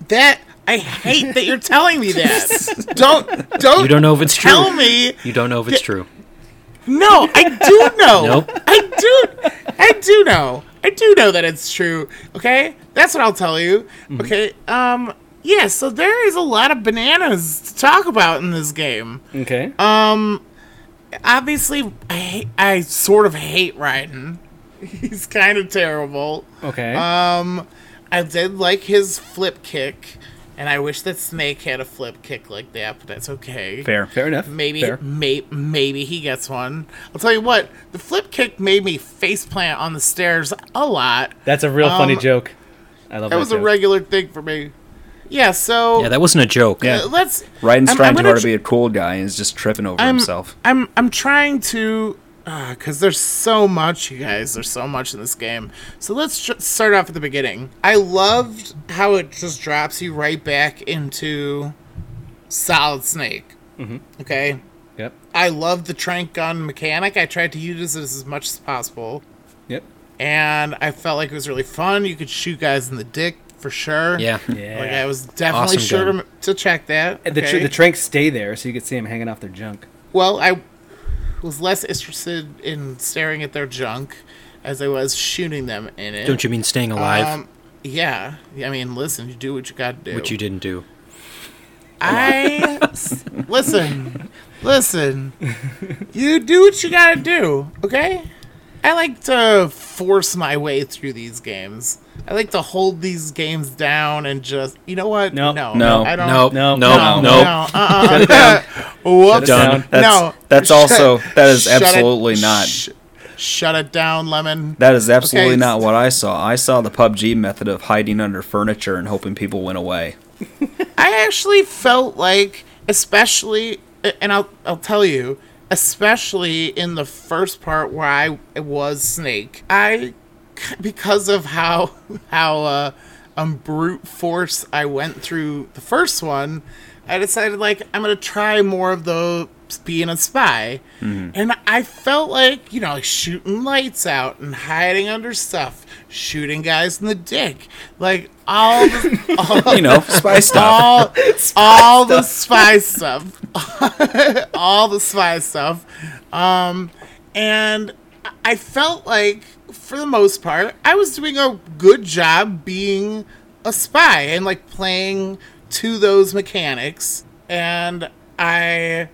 That I hate that you're telling me that. don't don't. You don't know if it's tell true. me. You don't know if it's true. No, I do know. Nope. I do. I do know. I do know that it's true. Okay, that's what I'll tell you. Okay. Um. Yeah. So there is a lot of bananas to talk about in this game. Okay. Uh, Obviously, I hate, I sort of hate Raiden. He's kind of terrible. okay. Um, I did like his flip kick, and I wish that Snake had a flip kick like that, but that's okay. Fair. Fair enough. Maybe, Fair. may, maybe he gets one. I'll tell you what, the flip kick made me faceplant on the stairs a lot. That's a real funny um, joke. I love that. That was a joke. regular thing for me. Yeah, so Yeah, that wasn't a joke. Yeah. uh, let's. Ryan's I'm- trying I'm too gonna hard tr- to be a cool guy and is just tripping over himself. I'm I'm I'm trying to because there's so much, you guys. There's so much in this game. So let's ju- start off at the beginning. I loved how it just drops you right back into Solid Snake. Mm-hmm. Okay. Yep. I love the trank gun mechanic. I tried to use it as much as possible, Yep. and I felt like it was really fun. You could shoot guys in the dick for sure. Yeah. Yeah. Like I was definitely Awesome sure gun. to, to check that. And the, tr- okay? the tranks stay there so you could see them hanging off their junk. Well, I was less interested in staring at their junk as I was shooting them in it. Don't you mean staying alive? Um, yeah. I mean, listen, you do what you got to do. which you didn't do. I s- listen, listen. You do what you got to do, okay? I like to force my way through these games. I like to hold these games down and just, you know what? Nope. No, No. I don't. Nope. No, Nope. Nope. Nope. no, no, uh-uh. Shut it down. Whoops. Shut it down. That's, no, that's shut- also that is shut it- absolutely not. sh- shut it down, lemon. that is absolutely Okay. not what I saw. I saw the PUBG method of hiding under furniture and hoping people went away. I actually felt like, especially, and I'll I'll tell you, especially in the first part where I was Snake, I because of how how uh, um brute force I went through the first one, I decided like I'm gonna try more of the being a spy, and I felt like you know like shooting lights out and hiding under stuff, shooting guys in the dick, like all the, You know, spy stuff. all, all the spy stuff. all the spy stuff. Um, and I- I felt like, for the most part, I was doing a good job being a spy and like playing to those mechanics. And I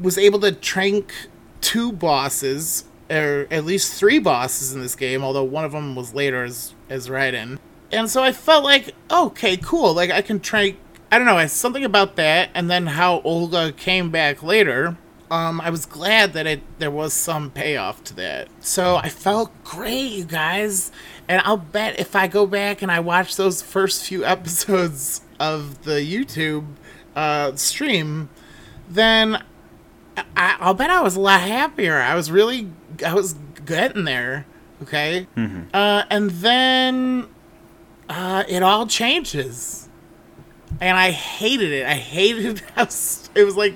was able to trank two bosses, or at least three bosses in this game, although one of them was later as as Raiden. And so I felt like, okay, cool. Like I can trank. I don't know. I something about that, and then how Olga came back later. Um, I was glad that it there was some payoff to that. So I felt great, you guys. And I'll bet if I go back and I watch those first few episodes of the YouTube uh, stream, then I, I'll bet I was a lot happier. I was really, I was getting there. Okay. Uh, and then uh, it all changes. And I hated it. I hated how s- it was like,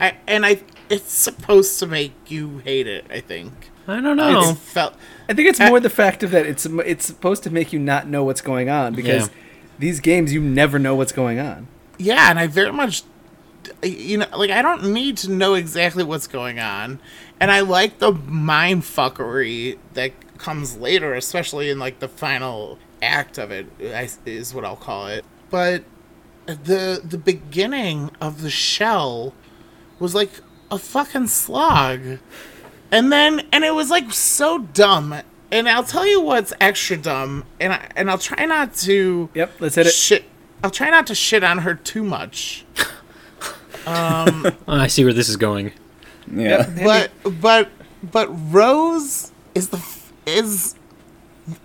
I, and I, it's supposed to make you hate it, I think. I don't It know. felt, I think it's more the fact of that it's it's supposed to make you not know what's going on because Yeah. these games you never know what's going on. yeah, and I very much, you know, like, I don't need to know exactly what's going on. And I like the mind fuckery that comes later, especially in, like, the final act of it, I- is what I'll call it. But the the beginning of the shell was like a fucking slog. And then and it was like so dumb. And I'll tell you what's extra dumb and I, and I'll try not to Yep, let's hit it. Shit I'll try not to shit on her too much. Oh, I see where this is going. Yeah. but but but Rose is the f- is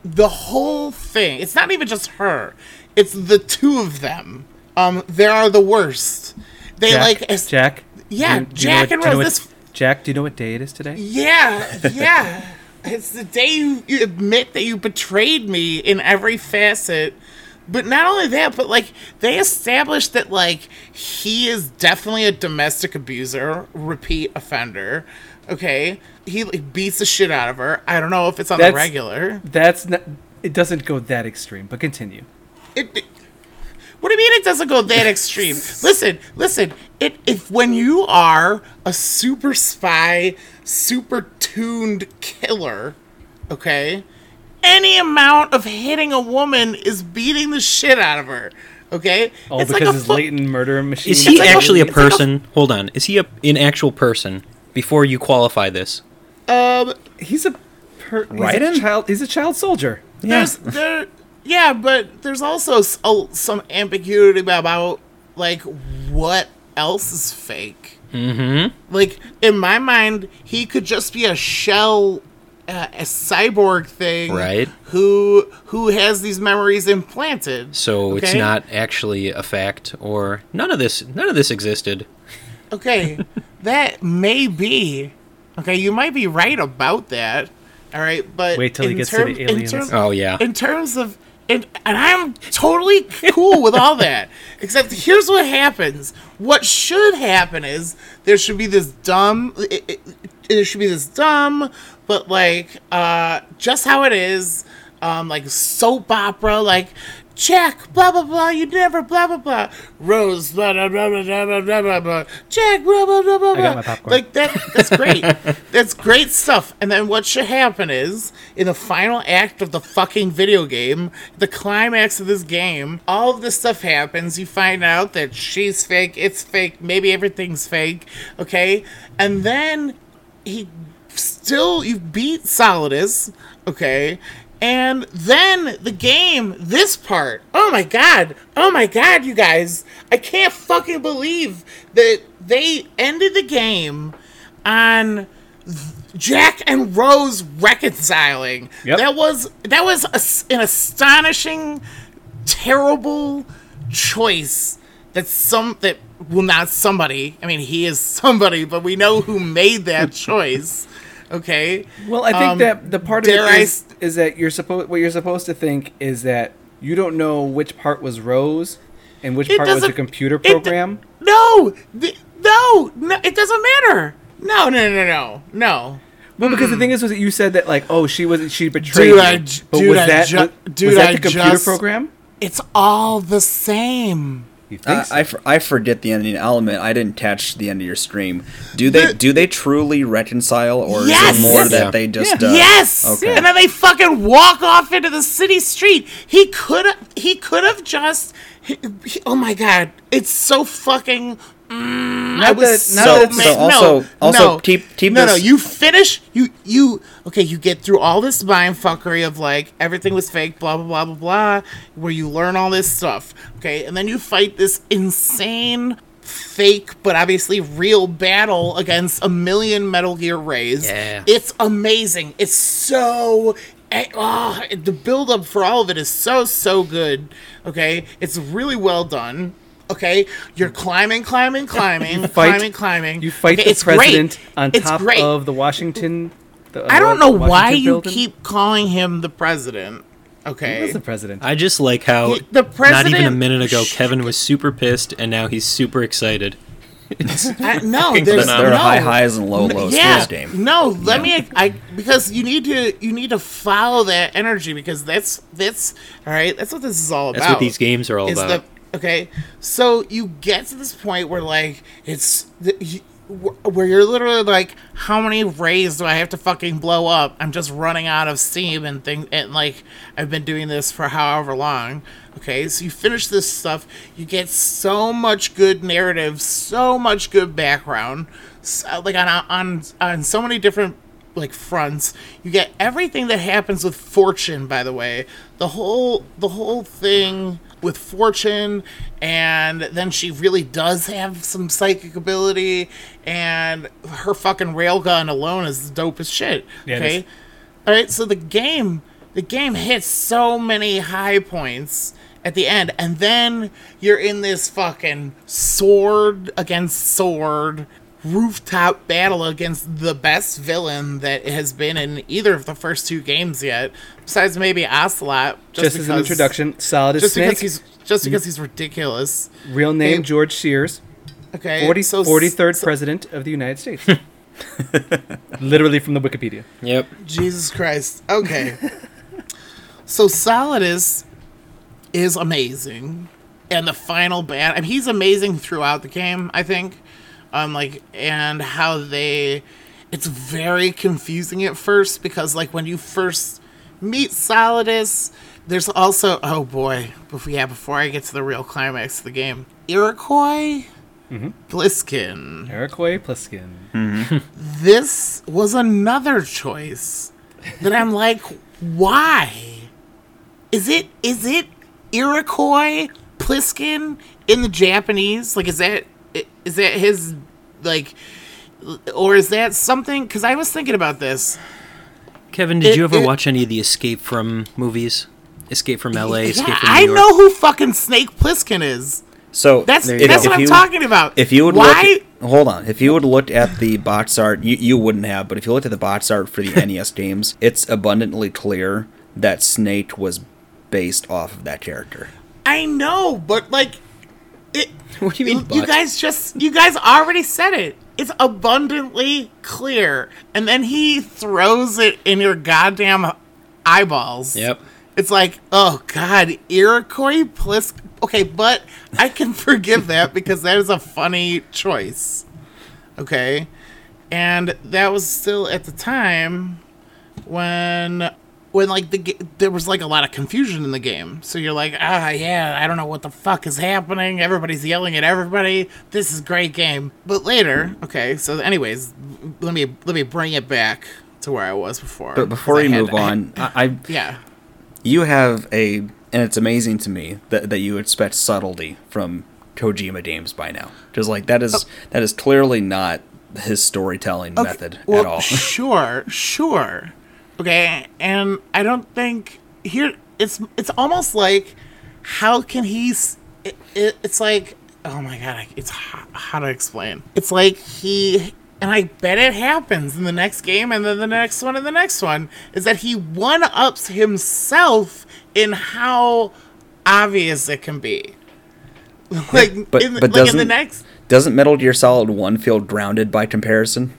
the whole thing. It's not even just her. It's the two of them. Um they are the worst. They Jack, like as- Jack. Yeah, Jack and do you know Rose, what- this- Jack, do you know what day it is today? Yeah, yeah. it's the day you, you admit that you betrayed me in every facet. But not only that, but like they established that like he is definitely a domestic abuser, repeat offender. Okay, he like, beats the shit out of her. I don't know if it's on the That's- regular. That's not. It doesn't go that extreme, but continue. It, it- what do you mean it doesn't go that extreme? listen, listen. It if when you are a super spy, super tuned killer, okay, any amount of hitting a woman is beating the shit out of her. Okay, All Oh, because his fu- latent murder machine. Is he like a- actually a it's like a- person? Hold on. Is he a, an actual person? Before you qualify this, um, He's a. Per, he's Raiden? a child. He's a child soldier. there's there yeah but there's also s- a- some ambiguity about like what else is fake mm-hmm. like in my mind he could just be a shell uh, a cyborg thing Right. who who has these memories implanted so it's okay? not actually a fact, or none of this. None of this existed. okay that may be Okay, you might be right about that. All right, but Wait till he in gets to term- the in aliens. term- Oh, yeah. In terms of and, and I'm totally cool with all that. Except here's what happens. What should happen is there should be this dumb it, it, there should be this dumb but like uh just how it is um like soap opera like Jack, blah blah blah, you never blah blah blah. Rose, blah blah blah blah blah blah blah blah. Jack, blah blah blah blah I blah. got my popcorn. Like that that's great. that's great stuff. And then what should happen is in the final act of the fucking video game, the climax of this game, all of this stuff happens. You find out that she's fake, it's fake, maybe everything's fake, okay? And then he still you beat Solidus, okay? And then the game, this part. Oh my god. Oh my god, you guys. I can't fucking believe that they ended the game on Jack and Rose reconciling. Yep. That was that was a s an astonishing, terrible choice. That some that well not somebody. I mean, he is somebody, but we know who made that choice. Okay. Well, I think Um, that the part of dare it I is, s- is that you're supposed what you're supposed to think is that you don't know which part was Rose and which It part was a doesn't- computer it d- program. No, th- no, no. It doesn't matter. No, no, no, no, no. well, because the thing is, was that you said that like, oh, she was she betrayed Mm-hmm. me. Dude, I j- but dude, was I that ju- was, dude, was that I the computer just- program? It's all the same. You think I, so? I, for- I forget the ending element. I didn't catch the end of your stream. Do they The- do they truly reconcile, or Yes! is it more Yes. that Yeah. they just Yeah. uh, yes. Okay. And then they fucking walk off into the city street. He could he could have just he- he- oh my god, it's so fucking mm, I was that- not so, that it's- ma- So also- no, also no, keep- keep no, no, this- you finish you you okay, you get through all this mind fuckery of like everything was fake, blah blah blah blah blah, where you learn all this stuff, okay, and then you fight this insane fake but obviously real battle against a million Metal Gear Rays. Yeah. It's amazing. It's so. eh, Oh, the build up for all of it is so, so good. Okay. It's really well done. Okay. You're climbing, climbing, climbing, fight- climbing, climbing. you fight Okay, the it's great. president on It's top great. of the Washington. The, uh, I don't know Washington why you building. keep calling him the president. He Okay. was the president. I just like how He- the not even a president- minute ago Kevin was super pissed and now he's super excited. I, no, fucking there's But there are no. high highs and low lows for this game. No, let me I because you need to you need to follow that energy because that's that's all right, that's what this is all That's about. what these games are all is about. The, okay, so you get to this point where like it's the, you, wh- where you're literally like, how many rays do I have to fucking blow up? I'm just running out of steam and things, and like I've been doing this for however long. Okay, so you finish this stuff, you get so much good narrative, so much good background, so, like on on on so many different like fronts. You get everything that happens with Fortune, by the way. The whole the whole thing with Fortune and then she really does have some psychic ability and her fucking railgun alone is the dopest shit. Yeah, it okay. is. All right, so the game the game hits so many high points at the end and then you're in this fucking sword against sword rooftop battle against the best villain that has been in either of the first two games yet besides maybe Ocelot Just as an because- introduction, solid as just snake. Mm-hmm. because he's just because he's ridiculous real name Hey. George Sears. okay 40, so s- 43rd president of the United States. Literally from the Wikipedia. Yep. Jesus Christ. Okay. so Solidus is amazing. And the final band I mean he's amazing throughout the game, I think. Um like and how they it's very confusing at first because like when you first meet Solidus, there's also oh boy, before yeah, before I get to the real climax of the game. Iroquois Bliskin Iroquois Pliskin. this was another choice that I'm like, why? Is it is it Iroquois Pliskin in the Japanese? Like, is that is that his like, or is that something? Because I was thinking about this. Kevin, did It- you ever it- watch any of the Escape from movies? Escape from LA, Escape Yeah, from New I York. know who fucking Snake Pliskin is. So That's there you that's go. what If I'm you- talking about. If you would why look, hold on. If you would have looked at the box art, you, you wouldn't have, but if you looked at the box art for the NES games, it's abundantly clear that Snake was based off of that character. I know, but like, it, What do you mean? you but? guys just you guys already said it. It's abundantly clear, and then he throws it in your goddamn eyeballs. Yep. It's like, oh god, Iroquois Plisk. Okay, but I can forgive that because that is a funny choice. Okay, and that was still at the time when when like the ga- there was like a lot of confusion in the game. So you're like, ah, yeah, I don't know what the fuck is happening. Everybody's yelling at everybody. This is a great game. But later, okay. So anyways, let me let me bring it back to where I was before. But before 'cause I we had- move Uh, I had- on, I, I yeah. you have a and it's amazing to me that, that you expect subtlety from Kojima games by now. Just like that is that is clearly not his storytelling method at all. sure, sure. Okay, and I don't think here it's it's almost like how can he? s- It, it, it's like oh my god, I- it's ho- how to explain. It's like he. And I bet it happens in the next game, and then the next one, and the next one is that he one ups himself in how obvious it can be. Like, But- in, the- but like in the doesn't- next, Doesn't Metal Gear Solid One feel grounded by comparison?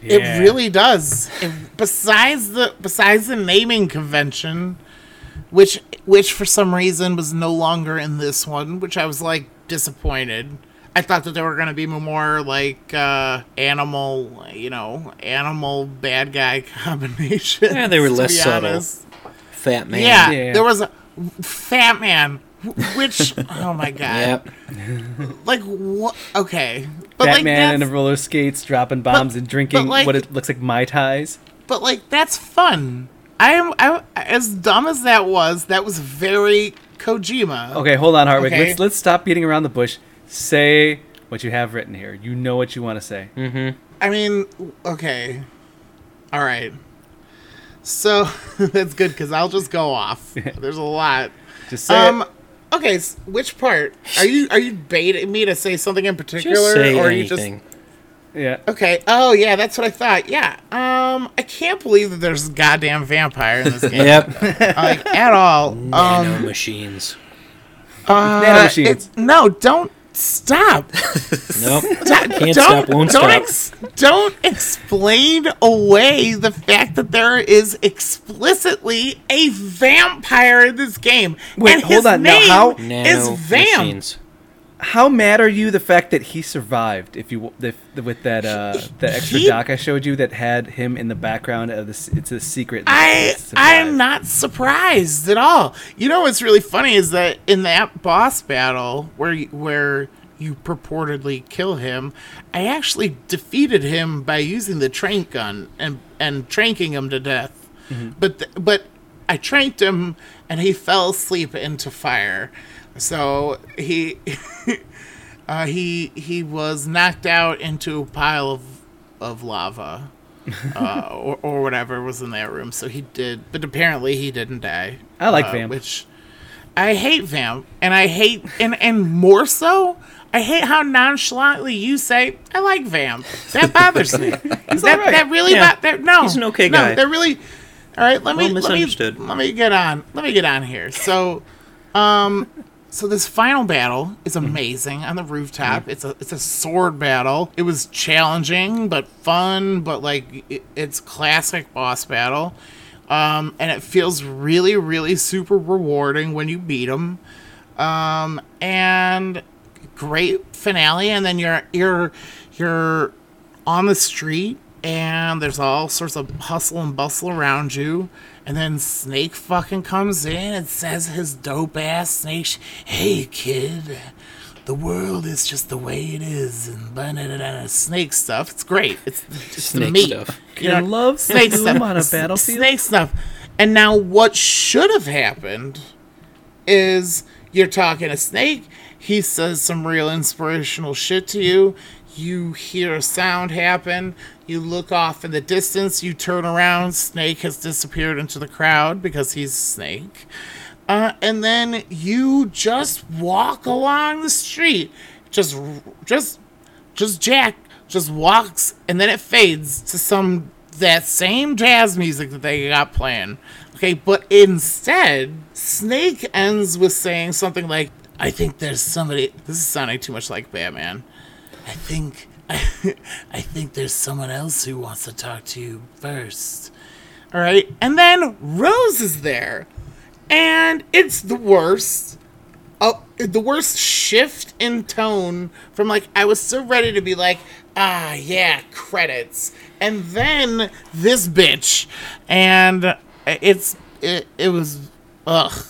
It really does. It- besides the besides the naming convention, which which for some reason was no longer in this one, which I was like disappointed. I thought that there were going to be more like uh animal, you know, animal bad guy combinations. Yeah, they were to less be subtle. honest. Fat man. Yeah, Yeah. there was a fat man, wh- which oh my god, Yep. like what? Okay, but Batman like in that's- the roller skates, dropping bombs and drinking but, like- what it looks like mai tais. but like that's fun. I am I, as dumb as that was. That was very Kojima. Okay, hold on, Hartwick. Okay. Let's let's stop beating around the bush. Say what you have written here. You know what you want to say. Hmm. I mean, okay, all right. So that's good because I'll just go off. There's a lot. Just say Um, it. okay. s which part are you are you baiting me to say something in particular, Just say or are you just anything. Yeah. okay? Oh yeah, that's what I thought. Yeah. Um, I can't believe that there's a goddamn vampire in this game. Yep. Like at all. Um, Nano machines. uh, Nano machines. it- no, don't stop. Nope. don't, Can't stop, won't don't stop. ex- don't explain away the fact that there is explicitly a vampire in this game. Wait, and hold his on, now Name how- Nano is Vamp? machines. How mad are you the fact that he survived? If you if, with that uh that extra He- doc I showed you that had him in the background of this. It's a secret. that I he survived. I'm not surprised at all. You know what's really funny is that in that boss battle where you, where you purportedly kill him, I actually defeated him by using the trank gun and and tranking him to death. But th- but I tranked him and he fell asleep into fire. So he uh, he he was knocked out into a pile of of lava uh, or, or whatever was in that room. So he did, but apparently he didn't die. I like uh, Vamp. Which I hate Vamp, and I hate and and more so, I hate how nonchalantly you say I like Vamp. That bothers me. that alright. that really Yeah. bo- that no. He's an okay no, guy. That really. All right, let me Well let me- misunderstood. Let me get on. Let me get on here. So. um, So this final battle is Mm-hmm. amazing on the rooftop. It's a it's a sword battle. It was challenging but fun, but like it, it's classic boss battle, um, and it feels really really super rewarding when you beat them. Um, and great finale, and then you're you're you're on the street, and there's all sorts of hustle and bustle around you. And then Snake fucking comes in and says his dope ass Snake, sh- "Hey kid, the world is just the way it is." And blah, blah, blah, blah, Snake stuff. It's great. It's, it's the Snake meat. stuff. You I know, love snake Bloom stuff on a S- battlefield. Snake stuff. And now what should have happened is you're talking to Snake. He says some real inspirational shit to you. You hear a sound happen. You look off in the distance. You turn around. Snake has disappeared into the crowd because he's Snake. Uh, and then you just walk along the street, just, just, just Jack just walks and then it fades to some that same jazz music that they got playing. Okay, but instead, Snake ends with saying something like, I think there's somebody this is sounding too much like Batman. I think I, I think there's someone else who wants to talk to you first. All right. And then Rose is there. And it's the worst. Oh, the worst shift in tone from like I was so ready to be like, ah, yeah, credits. And then this bitch. And it's it, it was ugh.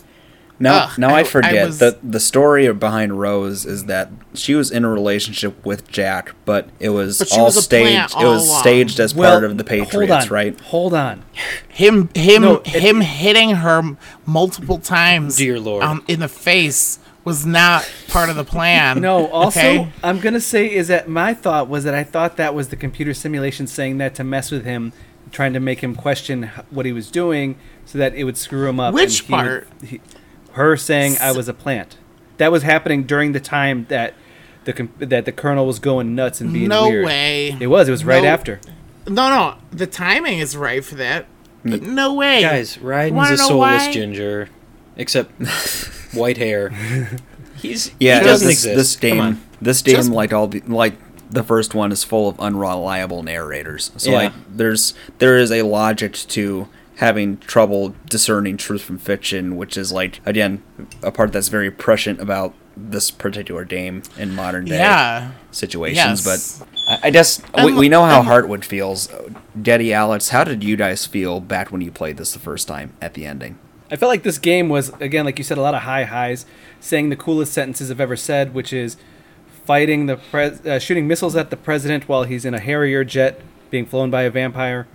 Now, Ugh, now I- I, I forget was- the the story behind Rose is that she was in a relationship with Jack, but it was But she all was a plant staged. it was all along. staged as Well, part of the Patriots, hold on, right? Hold on. Him him No, it- him hitting her m- multiple times Dear Lord. um, in the face was not part of the plan. No, also, okay? I'm going to say is that my thought was that I thought that was the computer simulation saying that to mess with him, trying to make him question h- what he was doing so that it would screw him up. Which he would- part? he- her saying I was a plant. That was happening during the time that the com- that the colonel was going nuts and being No weird. way. It was. It was right No- after. No, no. The timing is right for that. Mm. No way. Guys, Ryden's Wanna a know soulless why? ginger, except white hair. He's Yeah, he this, doesn't this, exist. this Come on. game, this game, Just- like all the like the first one, is full of unreliable narrators. So Yeah. like, there's there is a logic to having trouble discerning truth from fiction, which is like again a part that's very prescient about this particular game in modern day Yeah. Yes. situations. But I, I just we, And- we know how and- Hartwood feels. Daddy Alex, how did you guys feel back when you played this the first time at the ending? I felt like this game was again, like you said, a lot of high highs, saying the coolest sentences I've ever said, which is fighting the pres uh, shooting missiles at the president while he's in a Harrier jet being flown by a vampire,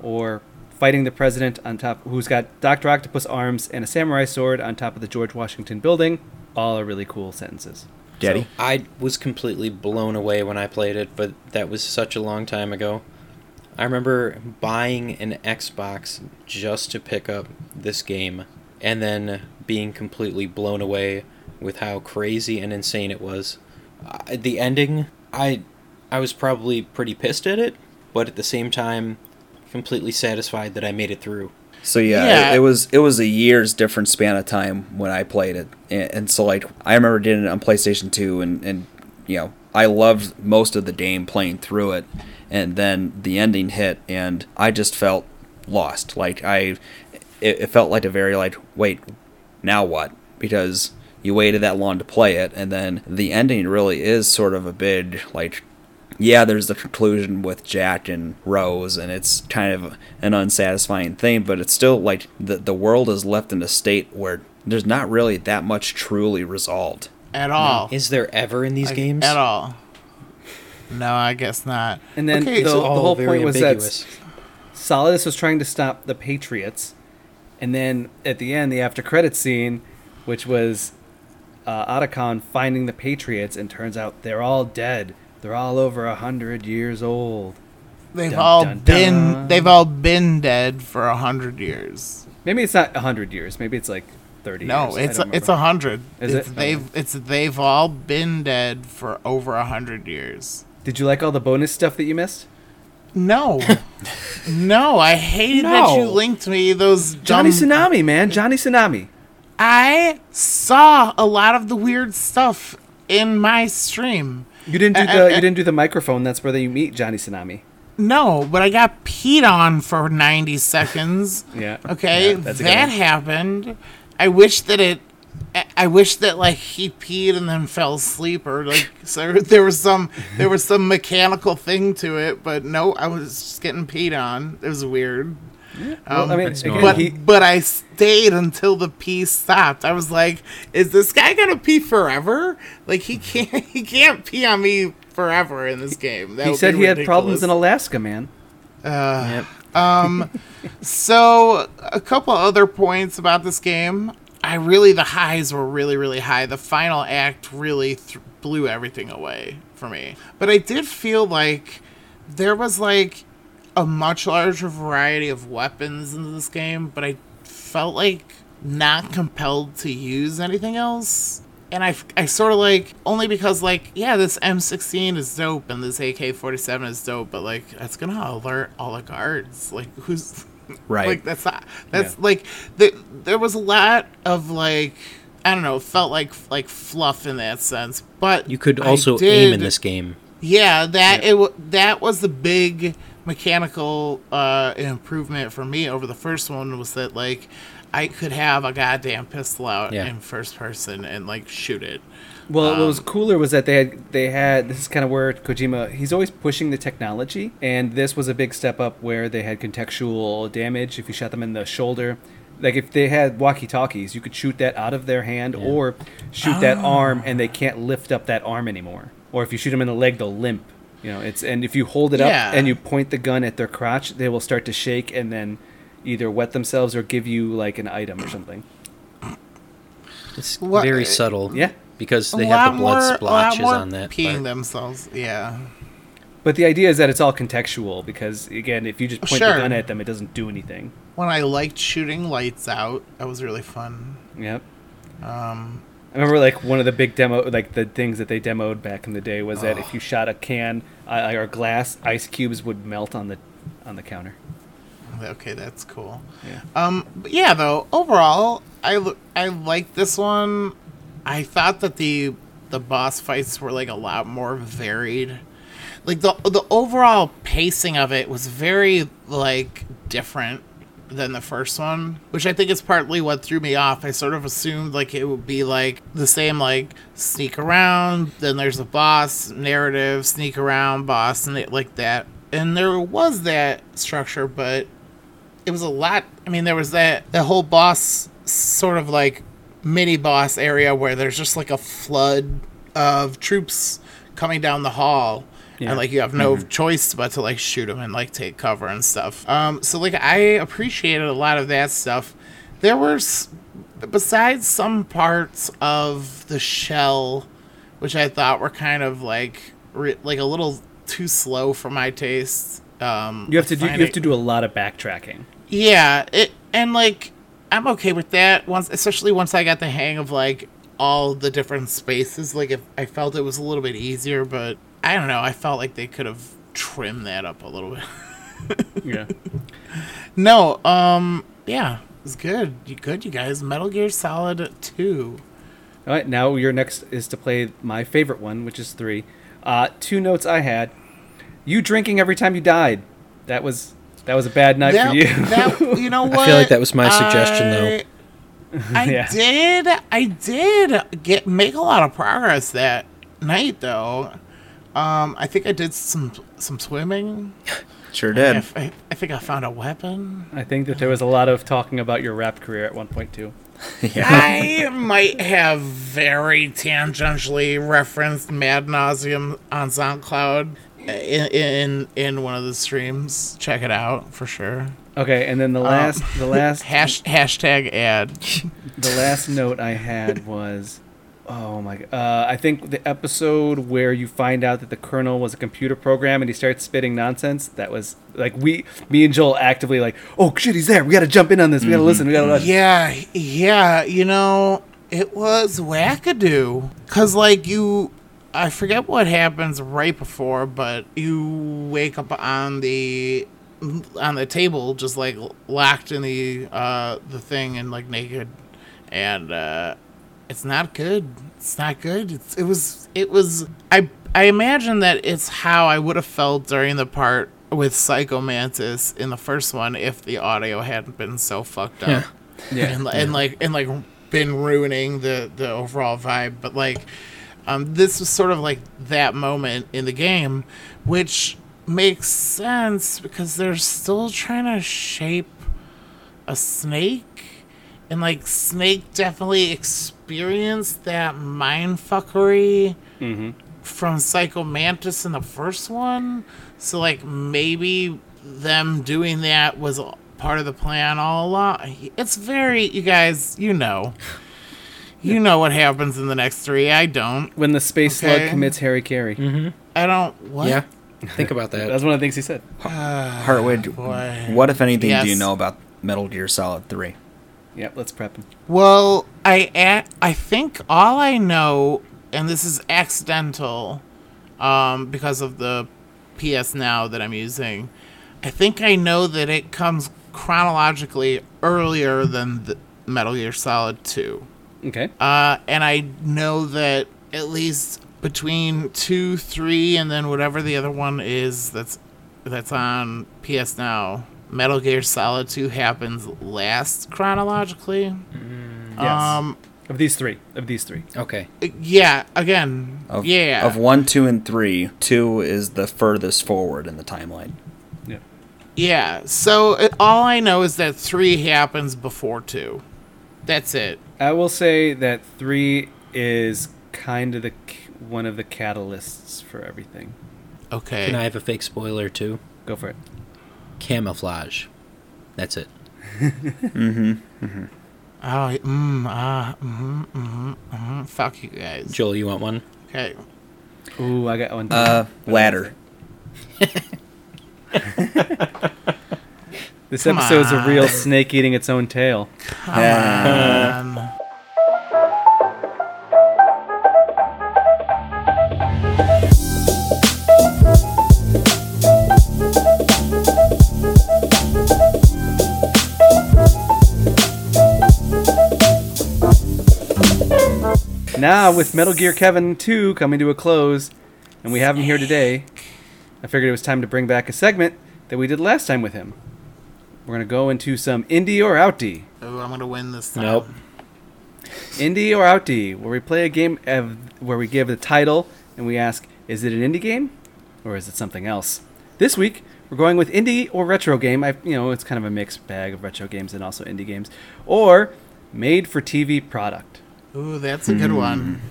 or fighting the president on top, who's got Doctor Octopus arms and a samurai sword on top of the George Washington Building. All are really cool sentences. Daddy. I was completely blown away when I played it, but that was such a long time ago. I remember buying an Xbox just to pick up this game and then being completely blown away with how crazy and insane it was. I, the ending, I I was probably pretty pissed at it, but at the same time completely satisfied that I made it through. So yeah, it- Yeah. It, was it was a year's different span of time when I played it, and, and so like I remember doing it on PlayStation Two, and and you know I loved most of the game playing through it, and then the ending hit, and I just felt lost. Like I, it, it felt like a very like wait, now what? Because you waited that long to play it, and then the ending really is sort of a big like yeah, there's the conclusion with Jack and Rose, and it's kind of an unsatisfying thing, but it's still like the, the world is left in a state where there's not really that much truly resolved. At all. Is there ever in these games? At all. No, I guess not. And then Okay, the, so- the all whole very point was ambiguous. that Solidus was trying to stop the Patriots, and then at the end, the after credit scene, which was uh, Otacon finding the Patriots, and turns out they're all dead. They're all over a hundred years old. they've Dun, all dun, been dun. they've all been dead for a hundred years. Maybe it's not a hundred years. Maybe it's like thirty. No, years. I it's don't it's remember. a hundred. Is It's- it? They've it's they've all been dead for over a hundred years. Did you like all the bonus stuff that you missed? No, no, I hated that you No. linked me those Johnny dumb Tsunami, man, Johnny Tsunami. I saw a lot of the weird stuff in my stream. You didn't do Uh, the uh, you uh. didn't do the microphone. That's where they meet Johnny Tsunami. No, but I got peed on for 90 seconds. Yeah. Okay, Yeah, that's a good that one. happened. I wish that it. I- I wish that like he peed and then fell asleep, or like so there was some there was some mechanical thing to it. But no, I was just getting peed on. It was weird. Well, I mean, That's again, normal. But he- but I stayed until the pee stopped. I was like, is this guy gonna pee forever? Like he can't he can't pee on me forever in this game. That he would said be he had problems in ridiculous. Alaska, man. Yep. So a couple other points about this game. I really the highs were really really high. The final act really th- blew everything away for me. But I did feel like there was like a much larger variety of weapons in this game, but I felt like not compelled to use anything else. and I, I sort of like only because like yeah this M16 is dope and this AK47 is dope, but like that's gonna alert all the guards. Like who's Right. Like that's not that's Yeah. like the, there was a lot of like I don't know felt like like fluff in that sense, but You could I also aim in did- this game. yeah, that it w- that was the big mechanical uh, improvement for me over the first one was that like I could have a goddamn pistol out Yeah. in first person and like shoot it. Well, what was cooler was that they had they had this is kind of where Kojima he's always pushing the technology, and this was a big step up where they had contextual damage if you shot them in the shoulder. Like if they had walkie talkies, you could shoot that out of their hand or shoot that arm, and they can't lift up that arm anymore. Or if you shoot them in the leg, they'll limp. You know, it's and if you hold it Yeah. up and you point the gun at their crotch, they will start to shake and then either wet themselves or give you like an item or something. It's Wha- very subtle. Yeah. Because they a have the lot blood more- a lot splotches more on that. peeing part. themselves. Yeah, But the idea is that it's all contextual because again, if you just point Sure. the gun at them, it doesn't do anything. when I liked shooting lights out, that was really fun. Yep. Um, I remember like one of the big demo, like the things that they demoed back in the day was that if you shot a can uh, or glass, ice cubes would melt on the on the counter. Okay, that's cool. Yeah. Um, but yeah, though overall, I l- I like this one. I thought that the the boss fights were like a lot more varied. Like the the overall pacing of it was very like different than the first one, which I think is partly what threw me off. I sort of assumed like it would be like the same like sneak around, then there's a boss narrative, sneak around, boss, and it, like that. And there was that structure, but it was a lot. I mean, there was that the whole boss sort of like mini boss area where there's just like a flood of troops coming down the hall, Yeah. and like you have no choice but to like shoot them and like take cover and stuff. Um, so like I appreciated a lot of that stuff. There were s- besides some parts of the shell which I thought were kind of like re- like a little too slow for my taste. Um, You have to do find you it- have to do a lot of backtracking. yeah, it and like I'm okay with that once especially once I got the hang of like all the different spaces. Like if I felt it was a little bit easier, but I don't know, I felt like they could have trimmed that up a little bit. Yeah. no, um yeah, it's good. You good you guys. Metal Gear Solid 2. All right, now your next is to play my favorite one, which is three. Uh, two notes I had: you drinking every time you died. That was that was a bad night That, for you. that you know what? I feel like that was my suggestion, though. I Yeah. did. I did get make a lot of progress that night, though. Um, I think I did some some swimming. Sure did. I, I, I think I found a weapon. I think that there was a lot of talking about your rap career at one point too. I might have very tangentially referenced Mad Nauseum on SoundCloud in, in in one of the streams. Check it out for sure. Okay, and then Um, the last, the last, Hash, hashtag ad. the last note I had was, oh my, g- uh, I think the episode where you find out that the colonel was a computer program and he starts spitting nonsense. That was like we, me and Joel actively like, oh shit, he's there. We got to jump in on this. We got to listen. We got to listen. Yeah, yeah, you know, it was wackadoo. Cause like you, I forget what happens right before, but you wake up on the on the table, just like locked in the uh the thing and like naked, and uh it's not good. It's not good. It's, it was. It was. I. I imagine that it's how I would have felt during the part with Psychomantis in the first one if the audio hadn't been so fucked up. Yeah. And, li- and like and like been ruining the the overall vibe. But like, um, this was sort of like that moment in the game, which makes sense because they're still trying to shape a snake and like snake definitely experienced that mindfuckery from psycho mantis in the first one so like maybe them doing that was a- part of the plan all along it's very you guys you know you know what happens in the next three i don't When the space Okay. slug commits Harry Carey, i don't what Yeah. Think about that's that. one of the things he said. Hartwig, boy. what if anything do you Yes. know about Metal Gear Solid Three? Yep, let's prep him. Well, I a- I think all I know, and this is accidental, um, because of the PS Now that I'm using. I think I know that it comes chronologically earlier than the Metal Gear Solid Two, Okay. uh, and I know that at least between two, three, and then whatever the other one is that's that's on PS Now. Metal Gear Solid 2 happens last chronologically. yes. Um, of these three. Of these three. Okay. yeah, again. Of, yeah. Of one, two, and three, two is the furthest forward in the timeline. Yeah. yeah. So it, all I know is that 3 happens before 2. That's it. I will say that three is kind of the c- one of the catalysts for everything. Okay. Can I have a fake spoiler too? Go for it. Camouflage. That's it. oh, mm, ah, mm-hmm, mm-hmm, mm-hmm. Fuck you guys. Joel, you want one? okay. Ooh, I got one. too. Uh, ladder. this come episode's a real on. snake eating its own tail. Uh, Um, Now with Metal Gear Kevin 2 coming to a close, and we have him here today, I figured it was time to bring back a segment that we did last time with him. We're gonna go into some indie or outie. oh, I'm going to win this time. Nope. Indie or outie, where we play a game of, where we give the title and we ask, is it an indie game or is it something else? This week, we're going with indie or retro game. I, you know, it's kind of a mixed bag of retro games and also indie games, or made for TV product. Ooh, that's a good one.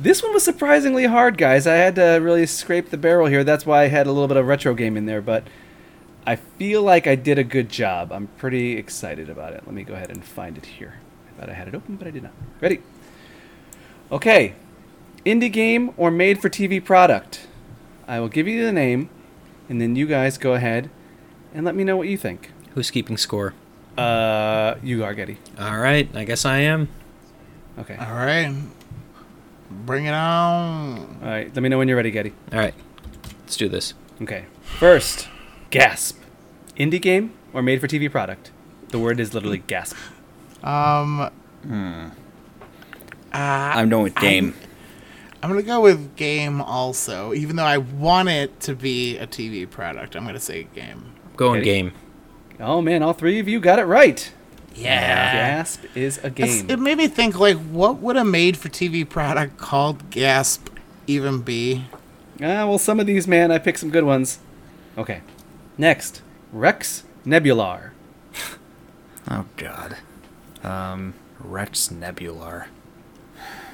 This one was surprisingly hard, guys. I had to really scrape the barrel here. That's why I had a little bit of retro game in there, but I feel like I did a good job. I'm pretty excited about it. Let me go ahead and find it here. I thought I had it open, but I did not. Ready? Okay. Indie game or made for TV product? I will give you the name, and then you guys go ahead and let me know what you think. Who's keeping score? Uh, you are Getty. All right. I guess I am. Okay. Hmm. All right. Bring it on. All right. Let me know when you're ready, Getty. All right. Let's do this. Okay. First, gasp. Indie game or made for TV product? The word is literally gasp. Um, I'm going with game. I'm going to go with game also, even though I want it to be a TV product. I'm going to say game. Going Ready? game. Oh man, all three of you got it right. Yeah. Gasp is a It's- game. It made me think, like, what would a made for TV product called Gasp even be? Ah, well, some of these, man, I picked some good ones. Okay. Next, Rex Nebular. Oh God. Um, Rex Nebular.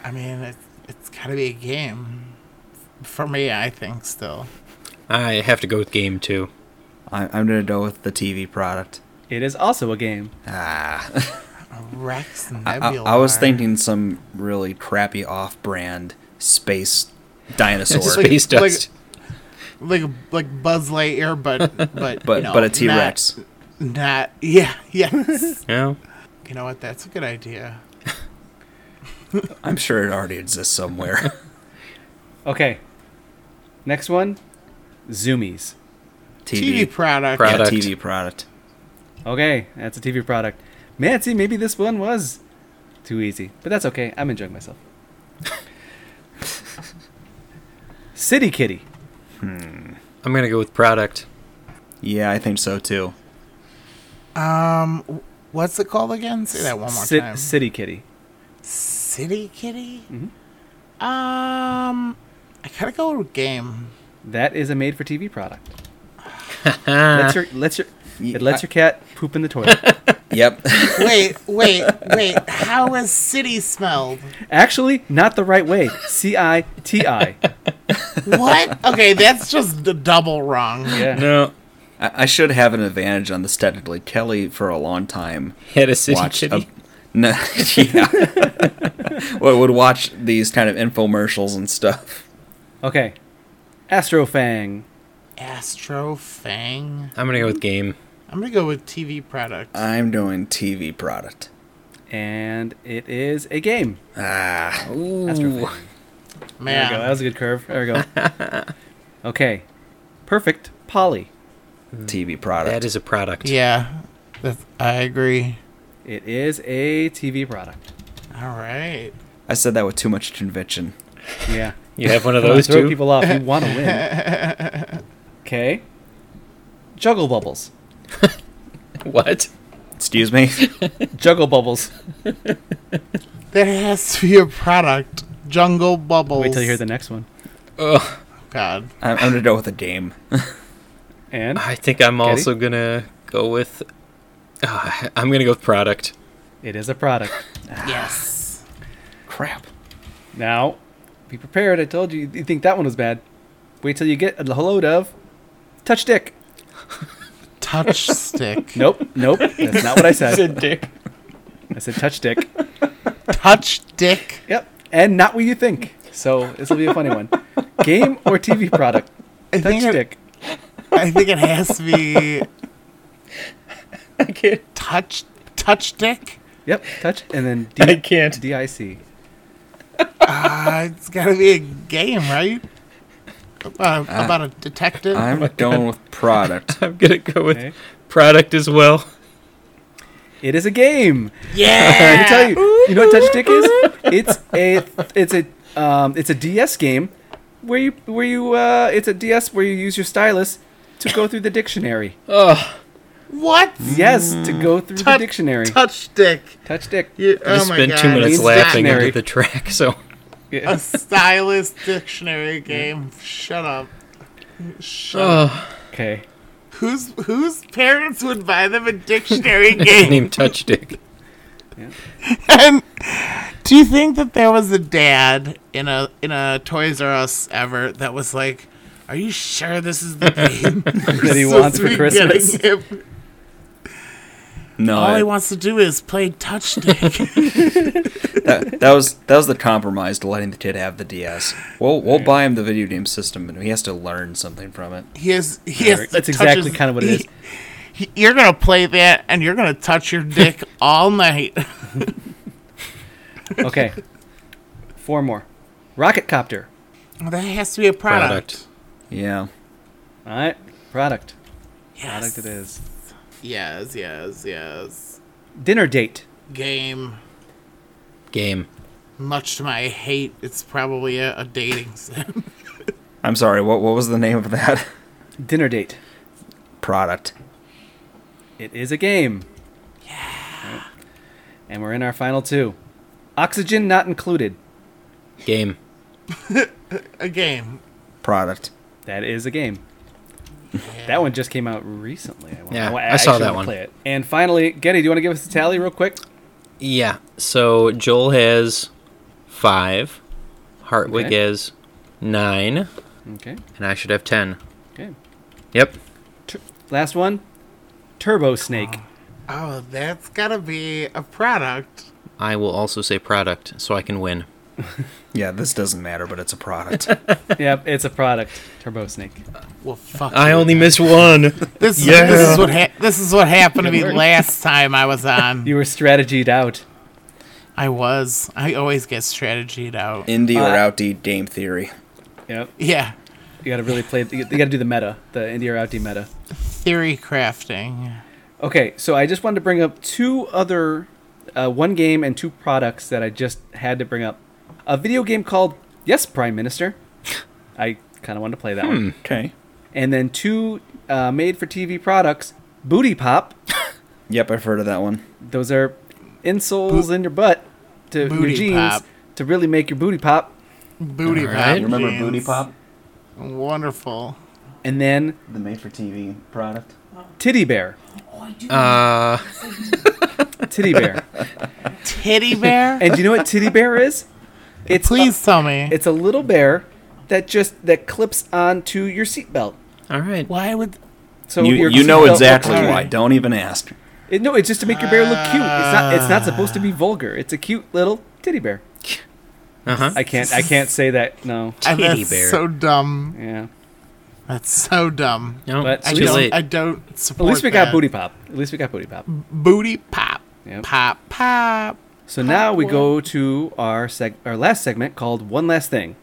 I mean, it, it's got to be a game. For me, I think still. I have to go with game too. I- I'm gonna go with the TV product. It is also a game. Ah. A Rex I, Nebula. I was thinking some really crappy off-brand space dinosaur, like- Space like- dust. like like Buzz Lightyear, but but but you know, but a T-Rex. Not, not yeah yes. yeah. you know what? That's a good idea. I'm sure it already exists somewhere. Okay. Next one, Zoomies. TV, product. Yeah, Product. TV product. Okay, that's a TV product. Man, see, maybe this one was too easy, but that's okay. I'm enjoying myself. City Kitty. I'm gonna go with product. Yeah, I think so too. Um, what's it called again? Say that one more Ci- time. City Kitty. City Kitty. Mm-hmm. Um, I gotta go with game. That is a made-for-TV product. Let's your let's your Ye- it lets I- your cat poop in the toilet. Yep. Wait, wait, wait. How is city smelled? Actually, not the right way. C I T I. What? Okay, that's just the double wrong. Yeah. No. I, I should have an advantage on this technically. Kelly for a long time Had a city watched kitty. a- no, yeah. well, would watch these kind of infomercials and stuff. Okay. Astrofang. Astro Fang. I'm gonna go with game. Uh, I'm gonna go with TV product. I'm doing TV product. and it is a game. Ah. Oh. Astro. There we go. That Man, was a good curve. There we go. okay. Perfect. Polly. TV product. That is a product. yeah, that's, I agree. It is a TV product. All right. I said that with too much conviction. Yeah. You have one of Come on, those throw too? people off. You want to win. Okay. Juggle bubbles. What? Excuse me. Juggle bubbles. There has to be a product. Jungle Bubbles. Wait till you hear the next one. Oh. Ugh. God. I'm, I'm gonna go with a game. And I think I'm Katie? also going to go with. Ah, I'm going to go with product. it is a product. Yes. Crap. Now, be prepared. I told you. You think that one was bad? Wait till you get a load of touch dick. Touch stick. Nope. Nope. That's not what I said. dick. I said touch dick. Touch dick. Yep. And not what you think. So this will be a funny one. Game or TV product? I Touch think it- dick. I think it has to be I can't. touch touch dick. Yep. Touch and then D- I can't. D I C. Uh, it's got to be a game, right? Uh, about a detective. I'm going with product. I'm going to go with Okay. product as well. It is a game. yeah. Let me tell Ah. you. You know what touch dick is? It's a it's a um, it's a DS game where you where you uh, it's a DS where you use your stylus to go through the dictionary. Oh, What? Yes, to go through the Touch- dictionary. Touch dick. Touch dick. You, I just oh my spent God. two minutes Means laughing dictionary. under the track, so. A Yeah. stylus dictionary game. Shut up. Shut up. Oh, Okay. Whose whose parents would buy them a dictionary game? name Touch Dick. and do you think that there was a dad in a in a Toys R Us ever that was like, "Are you sure this is the game That he wants for Christmas. No. All I- he wants to do is play touch dick. that, that was that was the compromise to letting the kid have the DS. We'll we'll buy him the video game system, but he has to learn something from it. he has he has. Eric, to that's touch exactly his- kinda what it he- he- you're gonna play that, and you're gonna touch your dick all night. Okay. Four more. Rocket copter. that has to be a product. Product. Yeah. All right. Product. Yes. Product it is. Yes. Yes. Yes. Dinner date. Game. Game. Much to my hate, it's probably a, a dating sim. I'm sorry. What what was the name of that Dinner date. product? It is a game. Yeah. And we're in our final two. Oxygen not included. Game. a game. Product. That is a game. That one just came out recently. I wanna- Yeah, wa- I saw actually that wanna one. Play it. And finally, Getty, do you want to give us a tally real quick? Yeah. So Joel has five. Hartwig Okay. has nine. Okay. And I should have ten. Okay. Yep. Tur- last one. Turbo Snake. Oh, that's gotta be a product. I will also say product so I can win. Yeah, this doesn't matter, but it's a product. Ah. Yep, it's a product. Turbo Snake. Well, fuck. I you. only miss one. This, Yeah. this is what ha- this is what happened to me Good work. last time I was on. You were strategied out. I was. I always get strategied out. Indie or Uh, outie game theory. Yep. Yeah, You got to really play. You got to do the meta, the indie or outie meta. theory crafting. Okay, so I just wanted to bring up two other, uh, one game and two products that I just had to bring up. A video game called Yes, Prime Minister. I kind of wanted to play that Hmm. one. Okay. And then two uh, made-for-TV products, Booty Pop. Yep, I've heard of that one. Those are insoles in your butt to your Booty jeans Pop. to really make your booty pop. All Booty pop. right. You jeans. Wonderful. And then The made for TV product. Titty Bear. Uh, Titty Bear. Teddy bear. and do you know what Titty Bear is? It's Please tell me. It's a little bear that just that clips onto your seatbelt. all right. Why would? So you your you know seatbelt- exactly okay. why. Don't even ask. It, no, it's just to make your bear look cute. It's not. It's not supposed to Ah. be vulgar. It's a cute little titty bear. Uh huh. I can't. I can't say that. No. I- Teddy that's bear. So dumb. Yeah. That's so dumb. No, but it's I too don't. late. I don't support. At least we got that. booty pop. At least we got booty pop. Booty pop. Yep. Pop pop. So now we go to our seg- our last segment called One Last Thing.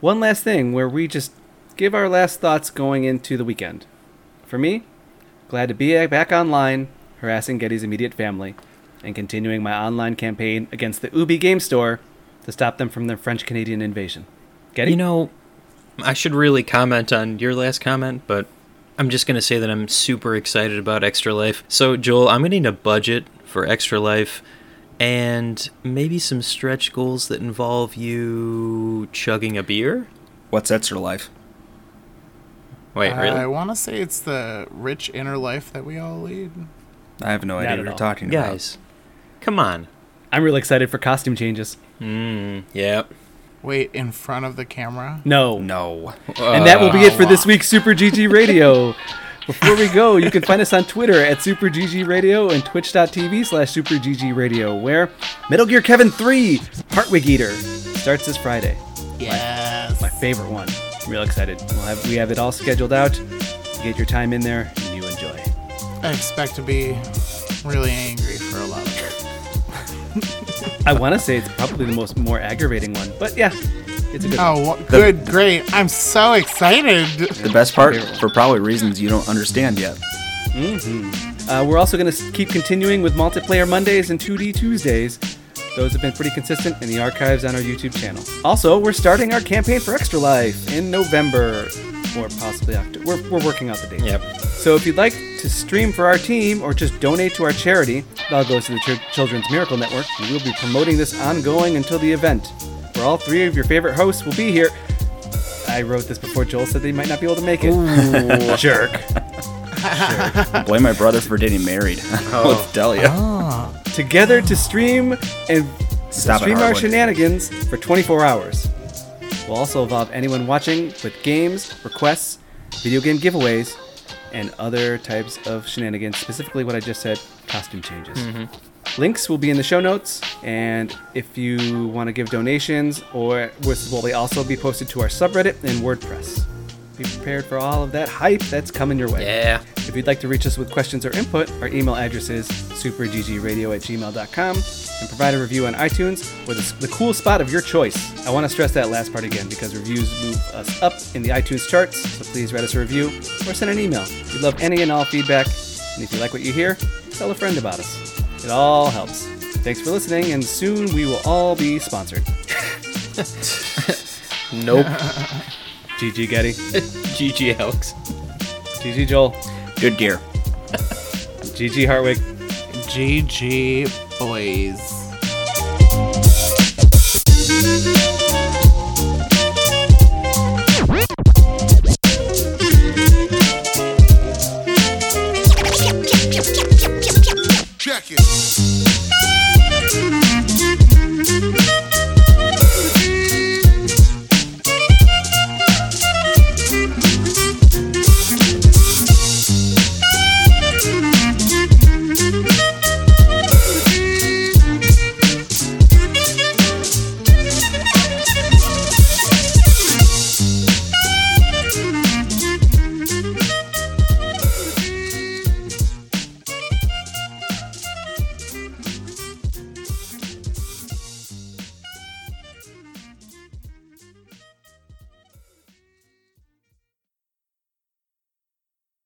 One Last Thing, where we just give our last thoughts going into the weekend. For me, glad to be a- back online, harassing Getty's immediate family, and continuing my online campaign against the Ubi Game Store to stop them from their French Canadian invasion. Getty? You know, I should really comment on your last comment, but I'm just going to say that I'm super excited about Extra Life. So, Joel, I'm going to need a budget for Extra Life and maybe some stretch goals that involve you chugging a beer? What's extra life? Wait, really? I want to say it's the rich inner life that we all lead. I have no Not idea at what you're all. talking Guys, come on. I'm really excited for costume changes. Mm, yep. Wait, in front of the camera? No. about. No. And that will be it for this week's Super GG Radio. Before we go, you can find us on Twitter at Super GG Radio and twitch.tv slash Super GG Radio, where Metal Gear Kevin 3 Heartwig Eater starts this Friday. Yes. My favorite one. I'm real excited. We'll have, we have it all scheduled out. Get your time in there and you enjoy. I expect to be really angry for a lot of it. I want to say it's probably the most more aggravating one, but yeah, it's a good one. Oh, wha- good, great. I'm so excited. The best part, Favorite one. for probably reasons you don't understand yet. Uh, we're also going to keep continuing with multiplayer Mondays and 2D Tuesdays. Those have been pretty consistent in the archives on our YouTube channel. Also, we're starting our campaign for Extra Life in November or possibly October. We're, we're working out the dates. Yep. So if you'd like to stream for our team or just donate to our charity, it all goes to the Chil- Children's Miracle Network. We will be promoting this ongoing until the event, where all three of your favorite hosts will be here. I wrote this before Joel said they might not be able to make it. Jerk. Blame my brother for getting married. Oh. Let's tell you. together to stream and Stop it, stream our Harwood. shenanigans for 24 hours. We'll also involve anyone watching with games, requests, video game giveaways, and other types of shenanigans, specifically what I just said costume changes. Links will be in the show notes, and if you want to give donations, or which will they also be posted to our subreddit and WordPress. Be prepared for all of that hype that's coming your way. Yeah. If you'd like to reach us with questions or input, our email address is superggradio at gmail.com and provide a review on iTunes or the, the cool spot of your choice. I want to stress that last part again because reviews move us up in the iTunes charts, so please write us a review or send an email. We love any and all feedback, and if you like what you hear, tell a friend about us. It all helps. Thanks for listening, and soon we will all be sponsored. Nope. GG Getty, GG, Alex. GG Joel, Good gear. GG Hartwig. GG, boys.